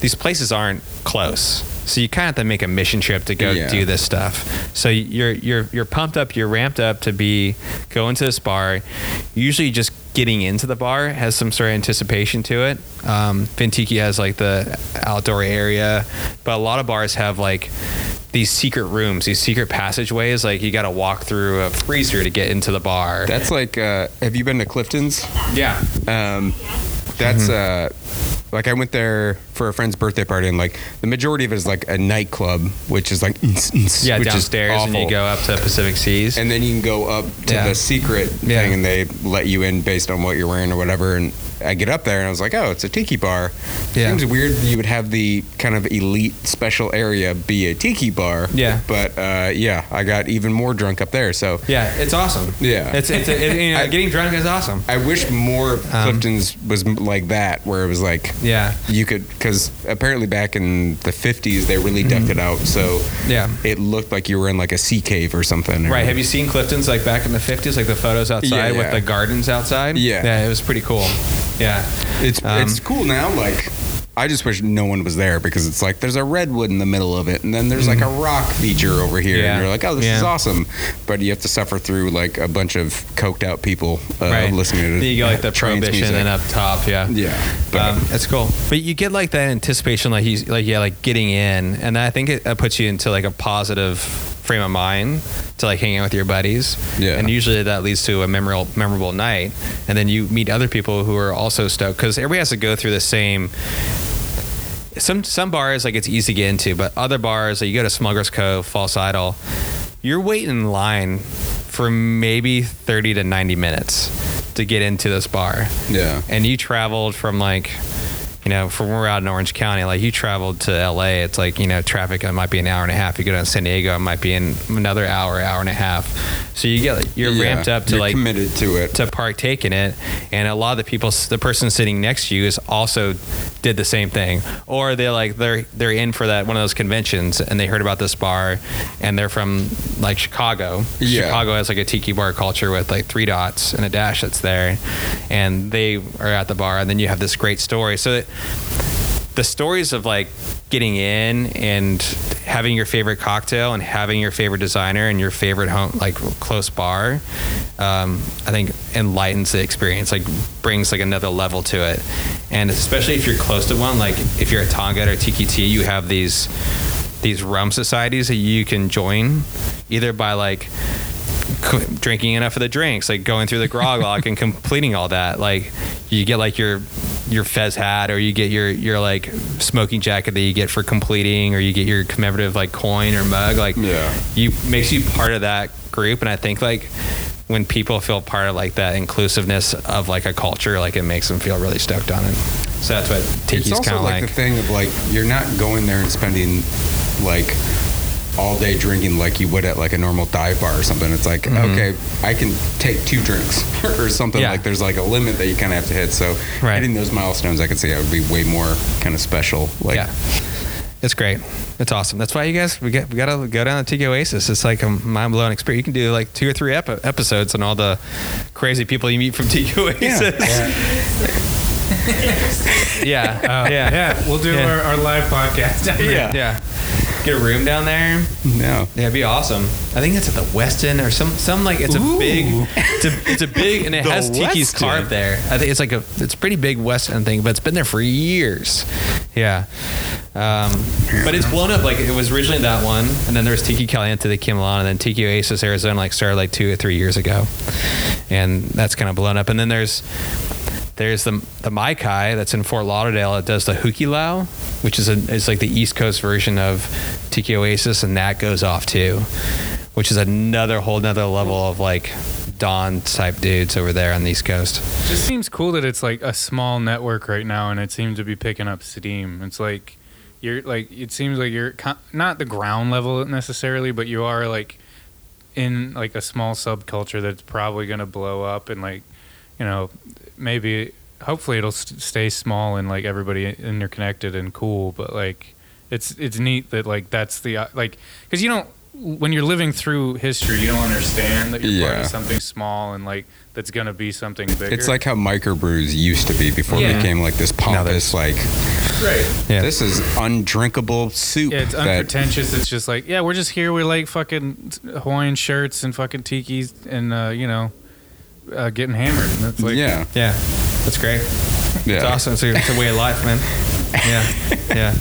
[SPEAKER 7] These places aren't close, so you kind of have to make a mission trip to go
[SPEAKER 5] Yeah.
[SPEAKER 7] do this stuff. So you're you're you're pumped up. You're ramped up to be going to this bar. Usually, just getting into the bar has some sort of anticipation to it. Um, Vintiki has like the outdoor area, but a lot of bars have like these secret rooms, these secret passageways. Like you got to walk through a freezer to get into the bar.
[SPEAKER 5] that's like, uh, have you been to Clifton's?
[SPEAKER 7] yeah,
[SPEAKER 5] Um, that's
[SPEAKER 7] Mm-hmm.
[SPEAKER 5] uh, like I went there for a friend's birthday party, and like the majority of it is like a nightclub, which is like
[SPEAKER 7] yeah.
[SPEAKER 5] which is
[SPEAKER 7] downstairs, and you
[SPEAKER 5] awful.
[SPEAKER 7] go up to Pacific Seas.
[SPEAKER 5] and then you can go up to
[SPEAKER 7] Yeah.
[SPEAKER 5] the secret
[SPEAKER 7] Yeah.
[SPEAKER 5] thing and they let you in based on what you're wearing or whatever and i get up there and i was like oh it's a tiki bar
[SPEAKER 7] Yeah.
[SPEAKER 5] seems weird that you would have the kind of elite special area be a tiki bar
[SPEAKER 7] Yeah.
[SPEAKER 5] but uh, yeah i got even more drunk up there so
[SPEAKER 7] yeah, it's awesome.
[SPEAKER 5] Yeah.
[SPEAKER 7] it's it's a, it, you know,
[SPEAKER 5] I-
[SPEAKER 7] getting drunk is awesome.
[SPEAKER 5] i wish more of
[SPEAKER 7] Um,
[SPEAKER 5] clifton's was m- like that where it was like
[SPEAKER 7] Yeah,
[SPEAKER 5] you could because apparently back in the 50s they really decked it out so
[SPEAKER 7] Mm-hmm. Yeah.
[SPEAKER 5] it looked like you were in like a sea cave or something
[SPEAKER 7] right. Have you seen Clifton's like back in the fifties, like the photos outside
[SPEAKER 5] Yeah,
[SPEAKER 7] with
[SPEAKER 5] yeah.
[SPEAKER 7] the gardens outside?
[SPEAKER 5] Yeah.
[SPEAKER 7] yeah, it was pretty cool. Yeah,
[SPEAKER 5] It's
[SPEAKER 7] Um,
[SPEAKER 5] it's cool now. Like I just wish no one was there because it's like there's a redwood in the middle of it, and then there's like a rock feature over here,
[SPEAKER 7] Mm. Yeah.
[SPEAKER 5] and you're like, oh, this is
[SPEAKER 7] Yeah.
[SPEAKER 5] awesome. But you have to suffer through like a bunch of coked out people uh,
[SPEAKER 7] right.
[SPEAKER 5] listening to
[SPEAKER 7] you go like the
[SPEAKER 5] trance
[SPEAKER 7] prohibition
[SPEAKER 5] music.
[SPEAKER 7] and up top. Yeah,
[SPEAKER 5] Yeah, but
[SPEAKER 7] um, that's cool. But you get like that anticipation, like he's like yeah, like getting in, and I think it, it puts you into like a positive frame of mind to like hang out with your buddies.
[SPEAKER 5] Yeah.
[SPEAKER 7] and usually that leads to a memorable memorable night, and then you meet other people who are also stoked because everybody has to go through the same. Some some bars like it's easy to get into, but other bars like you go to Smuggler's Cove, False Idol, you're waiting in line for maybe thirty to ninety minutes to get into this bar
[SPEAKER 5] yeah,
[SPEAKER 7] and you traveled from like you know from we're out in orange county like you traveled to la it's like you know traffic it might be an hour and a half you go down to san diego it might be in another hour hour and a half so you get like, you're
[SPEAKER 5] Yeah.
[SPEAKER 7] ramped up to
[SPEAKER 5] You're
[SPEAKER 7] like
[SPEAKER 5] committed to it.
[SPEAKER 7] to partake in it and a lot of the people the person sitting next to you is also did the same thing or they're like they're they're in for that one of those conventions and they heard about this bar and they're from like chicago
[SPEAKER 5] Yeah.
[SPEAKER 7] chicago has like a tiki bar culture with like three dots and a dash that's there and they are at the bar and then you have this great story so that the stories of like getting in and having your favorite cocktail and having your favorite designer and your favorite home like close bar um, i think enlightens the experience like brings like another level to it and especially if you're close to one like if you're at tonga or tiki tea you have these these rum societies that you can join either by like co- *laughs* drinking enough of the drinks, like going through
[SPEAKER 5] *laughs*
[SPEAKER 7] the grog lock and completing all that. Like you get like your your fez hat or you get your your like smoking jacket that you get for completing or you get your commemorative like coin or mug like
[SPEAKER 5] Yeah.
[SPEAKER 7] you makes you part of that group and I think like when people feel part of like that inclusiveness of like a culture like it makes them feel really stoked on it. So that's what
[SPEAKER 5] it's
[SPEAKER 7] Tiki's kind
[SPEAKER 5] also
[SPEAKER 7] of
[SPEAKER 5] like,
[SPEAKER 7] like.
[SPEAKER 5] the thing of like you're not going there and spending like all day drinking like you would at like a normal dive bar or something. It's like okay, I can take two drinks *laughs* or something.
[SPEAKER 7] Mm-hmm. Yeah.
[SPEAKER 5] Like there's like a limit that you kind of have to hit. So
[SPEAKER 7] Right.
[SPEAKER 5] hitting those milestones, I could see that would be way more kind of special. Like
[SPEAKER 7] yeah. It's great. It's awesome. That's why you guys we got we gotta go down to Tiki Oasis. It's like a mind blowing experience. You can do like two or three epi- episodes on all the crazy people you meet from *laughs* Tiki Oasis. Yeah, *laughs* yeah,
[SPEAKER 6] Uh, yeah, we'll do
[SPEAKER 7] Yeah.
[SPEAKER 6] Our, our live podcast. *laughs*
[SPEAKER 7] yeah. Get a room down there.
[SPEAKER 5] yeah.
[SPEAKER 7] Yeah, it'd be awesome. I think it's at the Westin or some some like it's a big, it's a, it's a big and it
[SPEAKER 5] The
[SPEAKER 7] has Tiki's
[SPEAKER 5] Westin.
[SPEAKER 7] carved there. I think it's like a it's a pretty big Westin thing, but it's been there for years. Yeah, um, but it's blown up. Like it was originally that one, and then there was Tiki Caliente that came along, and then Tiki Oasis Arizona like started like two or three years ago, and that's kind of blown up. And then there's there's the the Maikai that's in Fort Lauderdale that does the Hukilau, which is a is like the East Coast version of Tiki Oasis, and that goes off too, which is another whole nother level of like Don type dudes over there on the East Coast.
[SPEAKER 6] It just seems cool that it's like a small network right now, and it seems to be picking up steam. It's like you're like it seems like you're co- not the ground level necessarily, but you are like in like a small subculture that's probably gonna blow up, and like you know maybe hopefully it'll st- stay small and like everybody interconnected and cool, but like it's it's neat that like that's the uh, like because you don't when you're living through history you don't understand that you're part
[SPEAKER 5] Yeah.
[SPEAKER 6] of something small and like that's gonna be something bigger.
[SPEAKER 5] It's like how microbrews used to be before
[SPEAKER 6] Yeah.
[SPEAKER 5] it became like this pompous, like
[SPEAKER 6] right.
[SPEAKER 7] Yeah.
[SPEAKER 5] this is undrinkable soup.
[SPEAKER 6] Yeah, it's
[SPEAKER 5] that,
[SPEAKER 6] unpretentious. It's just like, yeah, we're just here. We like fucking Hawaiian shirts and fucking tiki's and uh, you know, uh, getting hammered. And it's like,
[SPEAKER 5] yeah,
[SPEAKER 7] Yeah, that's great.
[SPEAKER 5] yeah.
[SPEAKER 7] It's awesome. It's a, it's a way of life, man. Yeah, yeah.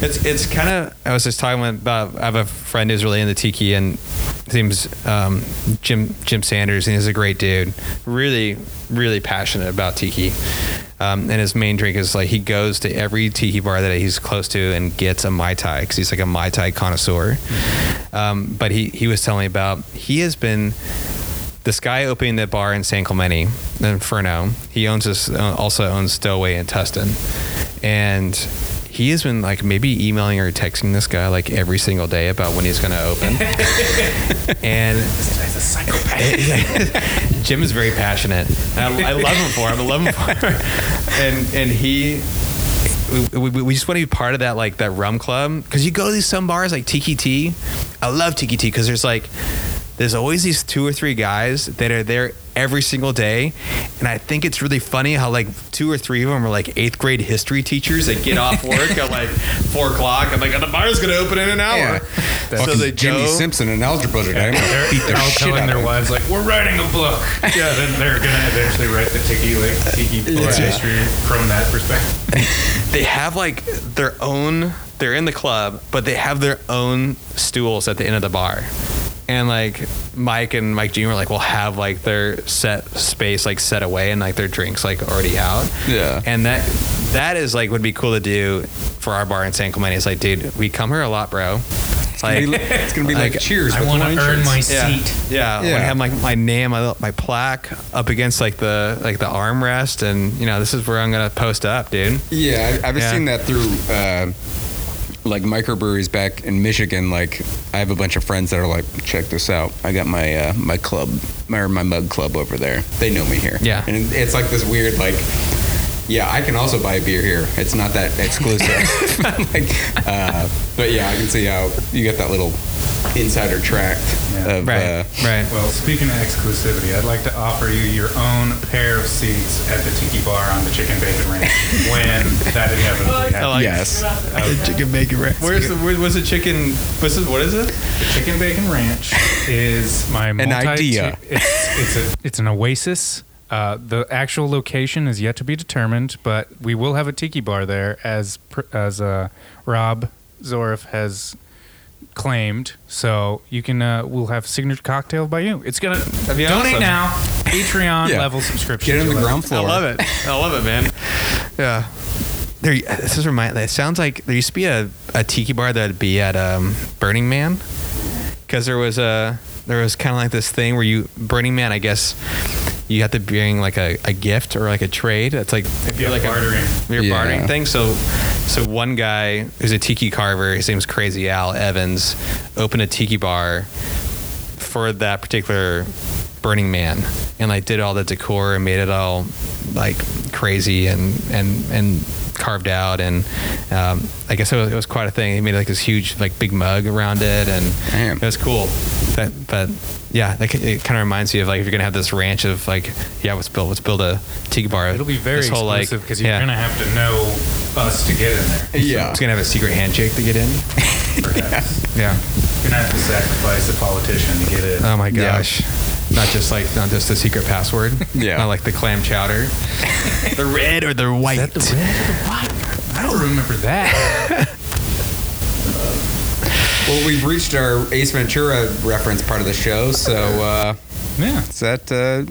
[SPEAKER 7] It's it's kind of. I was just talking with. Uh, I have a friend who's really into tiki, and his name's um, Jim Jim Sanders, and he's a great dude. Really, really passionate about tiki. Um, and his main drink is like he goes to every tiki bar that he's close to and gets a mai tai because he's like a mai tai connoisseur. Um, but he he was telling me about he has been this guy opening the bar in San Clemente, Inferno. He owns this, uh, also owns Stowaway in Tustin, and he has been like maybe emailing or texting this guy like every single day about when he's going to open. and this guy's a *laughs* psychopath. Jim is very passionate. And I, I love him for him. I love him for him. And and he we, we, we just want to be part of that like that rum club because you go to these some bars like Tiki T. I love Tiki T because there's like there's always these two or three guys that are there every single day, and I think it's really funny how like two or three of them are like eighth grade history teachers that get off work at like four o'clock. I'm like, oh, the bar's gonna open in an hour.
[SPEAKER 5] Yeah. Fucking
[SPEAKER 7] So they
[SPEAKER 5] Jimmy
[SPEAKER 7] go-
[SPEAKER 5] Simpson in algebra today. I'm gonna
[SPEAKER 6] They're,
[SPEAKER 5] beat the
[SPEAKER 6] they're all
[SPEAKER 5] shit out
[SPEAKER 6] telling
[SPEAKER 5] of
[SPEAKER 6] their
[SPEAKER 5] him.
[SPEAKER 6] wives like we're writing
[SPEAKER 5] *laughs*
[SPEAKER 6] a book. Yeah, then they're gonna eventually write the tiki like tiki for
[SPEAKER 5] Yeah.
[SPEAKER 6] history from that perspective.
[SPEAKER 7] they have like their own they're in the club but they have their own stools at the end of the bar and like mike and mike jr like will have like their set space like set away and like their drinks like already out
[SPEAKER 5] Yeah.
[SPEAKER 7] and that that is like would be cool to do for our bar in san clemente it's like dude we come here a lot bro It's like
[SPEAKER 5] It's gonna be like,
[SPEAKER 7] Like,
[SPEAKER 5] cheers.
[SPEAKER 6] I
[SPEAKER 5] with
[SPEAKER 6] want
[SPEAKER 5] wine
[SPEAKER 6] to earn
[SPEAKER 5] shirts.
[SPEAKER 6] my
[SPEAKER 7] *laughs* yeah.
[SPEAKER 6] seat.
[SPEAKER 7] Yeah, I
[SPEAKER 5] Yeah.
[SPEAKER 7] want to have like my name, my my plaque up against like the like the armrest, and you know this is where I'm gonna post up, dude.
[SPEAKER 5] Yeah, I- I've
[SPEAKER 7] Yeah.
[SPEAKER 5] seen that through uh, like microbreweries back in Michigan. Like, I have a bunch of friends that are like, check this out. I got my uh, my club, my, or my mug club over there. They know me here.
[SPEAKER 7] Yeah.
[SPEAKER 5] and it's like this weird like. Yeah, I can also buy beer here. It's not that exclusive. *laughs* like, uh, but yeah, I can see how you get that little insider tract
[SPEAKER 6] Yeah.
[SPEAKER 5] of uh,
[SPEAKER 7] Right, right.
[SPEAKER 6] Well, speaking of exclusivity, I'd like to offer you your own pair of seats at the tiki bar on the chicken bacon
[SPEAKER 5] *laughs*
[SPEAKER 6] ranch when that inevitably
[SPEAKER 7] I
[SPEAKER 6] happens.
[SPEAKER 7] like
[SPEAKER 8] *laughs*
[SPEAKER 5] yes.
[SPEAKER 7] chicken bacon ranch. Where's the where, what's the chicken? What's it, what is it?
[SPEAKER 6] Chicken Bacon Ranch is my multi-
[SPEAKER 5] idea.
[SPEAKER 6] It's, it's, a, it's an oasis. Uh, the actual location is yet to be determined, but we will have a tiki bar there, as pr- as uh, Rob Zorif has claimed. So you can uh, we'll have signature cocktail by you. It's gonna
[SPEAKER 7] be
[SPEAKER 6] donate
[SPEAKER 7] awesome.
[SPEAKER 6] now. Patreon
[SPEAKER 5] Yeah.
[SPEAKER 6] level subscription.
[SPEAKER 5] Get on the
[SPEAKER 6] You'll
[SPEAKER 5] ground floor.
[SPEAKER 7] I love it. I love it, man. *laughs* Yeah. There, this is remind. It sounds like there used to be a, a tiki bar that'd be at um, Burning Man, because there was a there was kind of like this thing where you Burning Man, I guess, you have to bring like a, a gift or like a trade. That's like if
[SPEAKER 6] you're bartering.
[SPEAKER 7] you're
[SPEAKER 5] Yeah.
[SPEAKER 7] bartering thing. So, so one guy who's a tiki carver, his name's Crazy Al Evans, opened a tiki bar for that particular Burning Man, and like did all the decor and made it all like crazy and and and carved out and um, I guess it was, it was quite a thing. He made like this huge like big mug around it, and
[SPEAKER 5] Damn.
[SPEAKER 7] it was cool. But, but yeah, that, ki- it kind of reminds you of like if you're gonna have this ranch of like yeah, let's build let's build a tiki bar.
[SPEAKER 6] It'll be very
[SPEAKER 7] This whole, like-
[SPEAKER 6] exclusive because you're
[SPEAKER 7] yeah.
[SPEAKER 6] gonna have to know us to get in there.
[SPEAKER 5] Yeah.
[SPEAKER 7] It's gonna have a secret handshake to get in.
[SPEAKER 6] Perhaps
[SPEAKER 7] Yeah.
[SPEAKER 6] you're gonna have to sacrifice a politician to get in.
[SPEAKER 7] Oh my
[SPEAKER 5] Yeah.
[SPEAKER 7] gosh. Not just like not just the secret password.
[SPEAKER 5] Yeah.
[SPEAKER 7] Not like the clam chowder. *laughs* the red or the white.
[SPEAKER 6] I don't remember that.
[SPEAKER 5] Well, we've reached our Ace Ventura reference part of the show, so uh,
[SPEAKER 6] *laughs* yeah.
[SPEAKER 5] is that uh,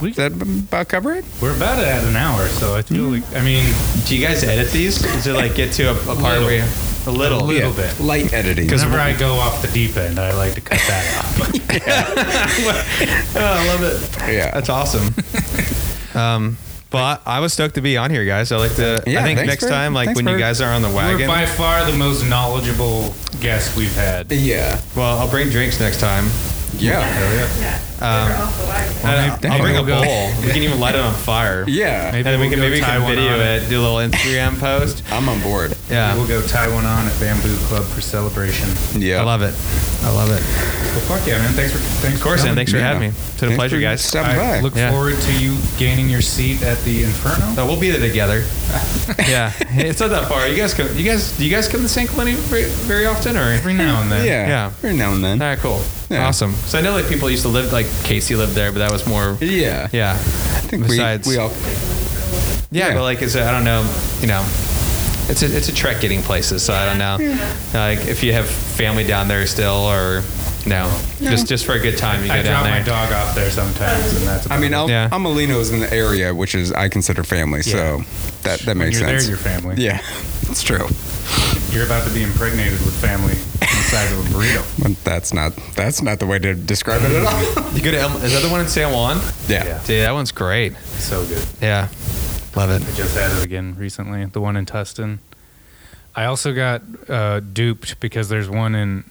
[SPEAKER 6] We-
[SPEAKER 5] does that about cover it?
[SPEAKER 6] We're about at an hour, so I feel like I mean
[SPEAKER 7] Do you guys edit these? Does it like get to a, a part where you A *laughs* little.
[SPEAKER 6] a little bit.
[SPEAKER 5] Light editing.
[SPEAKER 6] Whenever I go off the deep end, I like to cut that off.
[SPEAKER 7] Oh, I love it.
[SPEAKER 6] *laughs*
[SPEAKER 5] yeah.
[SPEAKER 7] That's awesome. um, but I was stoked to be on here, guys. I like to.
[SPEAKER 5] Yeah,
[SPEAKER 7] I think
[SPEAKER 5] thanks
[SPEAKER 7] next
[SPEAKER 5] for-
[SPEAKER 7] time, like
[SPEAKER 5] thanks
[SPEAKER 7] when you
[SPEAKER 5] for-
[SPEAKER 7] guys are on the
[SPEAKER 6] You're
[SPEAKER 7] wagon,
[SPEAKER 6] by far the most knowledgeable guest we've had.
[SPEAKER 5] Yeah.
[SPEAKER 7] well, I'll bring drinks next time.
[SPEAKER 5] Yeah.
[SPEAKER 8] off the wagon.
[SPEAKER 7] And
[SPEAKER 5] maybe-
[SPEAKER 7] I'll bring a
[SPEAKER 6] We'll go-
[SPEAKER 7] bowl. We can even light it on fire.
[SPEAKER 5] Yeah.
[SPEAKER 6] Maybe
[SPEAKER 7] And we
[SPEAKER 6] we'll
[SPEAKER 7] can
[SPEAKER 6] go
[SPEAKER 7] maybe we
[SPEAKER 6] tie
[SPEAKER 7] can
[SPEAKER 6] one
[SPEAKER 7] video
[SPEAKER 6] on at-
[SPEAKER 7] it, do a little Instagram post.
[SPEAKER 5] I'm on board.
[SPEAKER 7] Yeah,
[SPEAKER 6] We'll go tie one on at Bamboo Club for celebration.
[SPEAKER 5] Yeah.
[SPEAKER 7] I love it. I love it.
[SPEAKER 6] Well, fuck yeah, man! Thanks for thanks
[SPEAKER 7] Of course,
[SPEAKER 6] for
[SPEAKER 7] and
[SPEAKER 6] coming.
[SPEAKER 7] thanks for
[SPEAKER 5] Yeah.
[SPEAKER 7] having me. It's been a
[SPEAKER 5] Thanks
[SPEAKER 7] pleasure,
[SPEAKER 5] for
[SPEAKER 7] guys.
[SPEAKER 5] stopping
[SPEAKER 6] I
[SPEAKER 5] by.
[SPEAKER 6] look
[SPEAKER 7] Yeah.
[SPEAKER 6] forward to you gaining your seat at the Inferno.
[SPEAKER 7] No, we'll be there together. *laughs* yeah, *laughs* it's not that far. You guys come. You guys, do you guys come to San Clemente very, very often, or?
[SPEAKER 6] Every now and
[SPEAKER 5] yeah.
[SPEAKER 6] then.
[SPEAKER 7] Yeah.
[SPEAKER 5] Every now and
[SPEAKER 7] All
[SPEAKER 5] then.
[SPEAKER 7] right, Ah, cool,
[SPEAKER 5] Yeah.
[SPEAKER 7] awesome. So I know like people used to live like Casey lived there, but that was more.
[SPEAKER 5] Yeah.
[SPEAKER 7] Yeah,
[SPEAKER 5] I think we,
[SPEAKER 7] Besides-
[SPEAKER 5] we all.
[SPEAKER 7] yeah,
[SPEAKER 5] Yeah.
[SPEAKER 7] but like it's a, I don't know, you know, it's a it's a trek getting places. So I don't know, like if you have family down there still, or no, just just for a good time you
[SPEAKER 6] I
[SPEAKER 7] go down
[SPEAKER 6] drop my
[SPEAKER 7] there.
[SPEAKER 6] dog off there sometimes, and that's.
[SPEAKER 5] I mean, I'll,
[SPEAKER 7] Yeah.
[SPEAKER 5] Amelino's in the area, which is I consider family, so that that
[SPEAKER 6] when
[SPEAKER 5] makes
[SPEAKER 6] you're
[SPEAKER 5] sense.
[SPEAKER 6] there, your family.
[SPEAKER 5] *laughs* yeah, it's true.
[SPEAKER 6] You're about to be impregnated with family inside of a burrito.
[SPEAKER 5] But that's not that's not the way to describe it at
[SPEAKER 6] *laughs*
[SPEAKER 5] all.
[SPEAKER 7] You go to El- is that the one in San Juan?
[SPEAKER 5] yeah.
[SPEAKER 6] Yeah.
[SPEAKER 7] Dude, that one's great.
[SPEAKER 6] *laughs* So good.
[SPEAKER 7] Yeah, love it.
[SPEAKER 6] I just had it again recently. The one in Tustin. I also got uh, duped because there's one in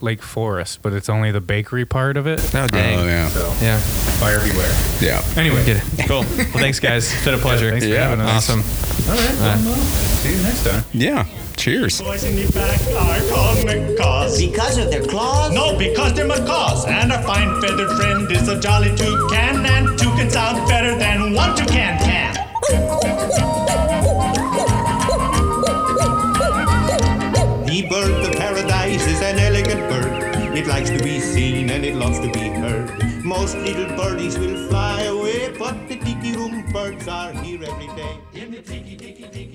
[SPEAKER 6] Lake Forest, but it's only the bakery part of it.
[SPEAKER 7] Oh dang.
[SPEAKER 5] Oh yeah.
[SPEAKER 6] So
[SPEAKER 7] Yeah.
[SPEAKER 6] buyer beware.
[SPEAKER 5] Yeah.
[SPEAKER 6] Anyway,
[SPEAKER 7] Good. Cool. Well, thanks, guys. It's been a pleasure.
[SPEAKER 6] thanks for
[SPEAKER 5] Yeah,
[SPEAKER 6] having us.
[SPEAKER 7] Awesome.
[SPEAKER 6] All right. well, well, see you next time.
[SPEAKER 5] Yeah. Cheers.
[SPEAKER 3] Boys in the back are called macaws.
[SPEAKER 2] Because of their claws?
[SPEAKER 3] No, because they're macaws. And our fine feathered friend is a jolly toucan. And two can sound better than one toucan can. The bird of paradise is an elegant bird. It likes to be seen and it loves to be heard. Most little birdies will fly away, but the tiki room birds are here every day. In the tiki tiki tiki.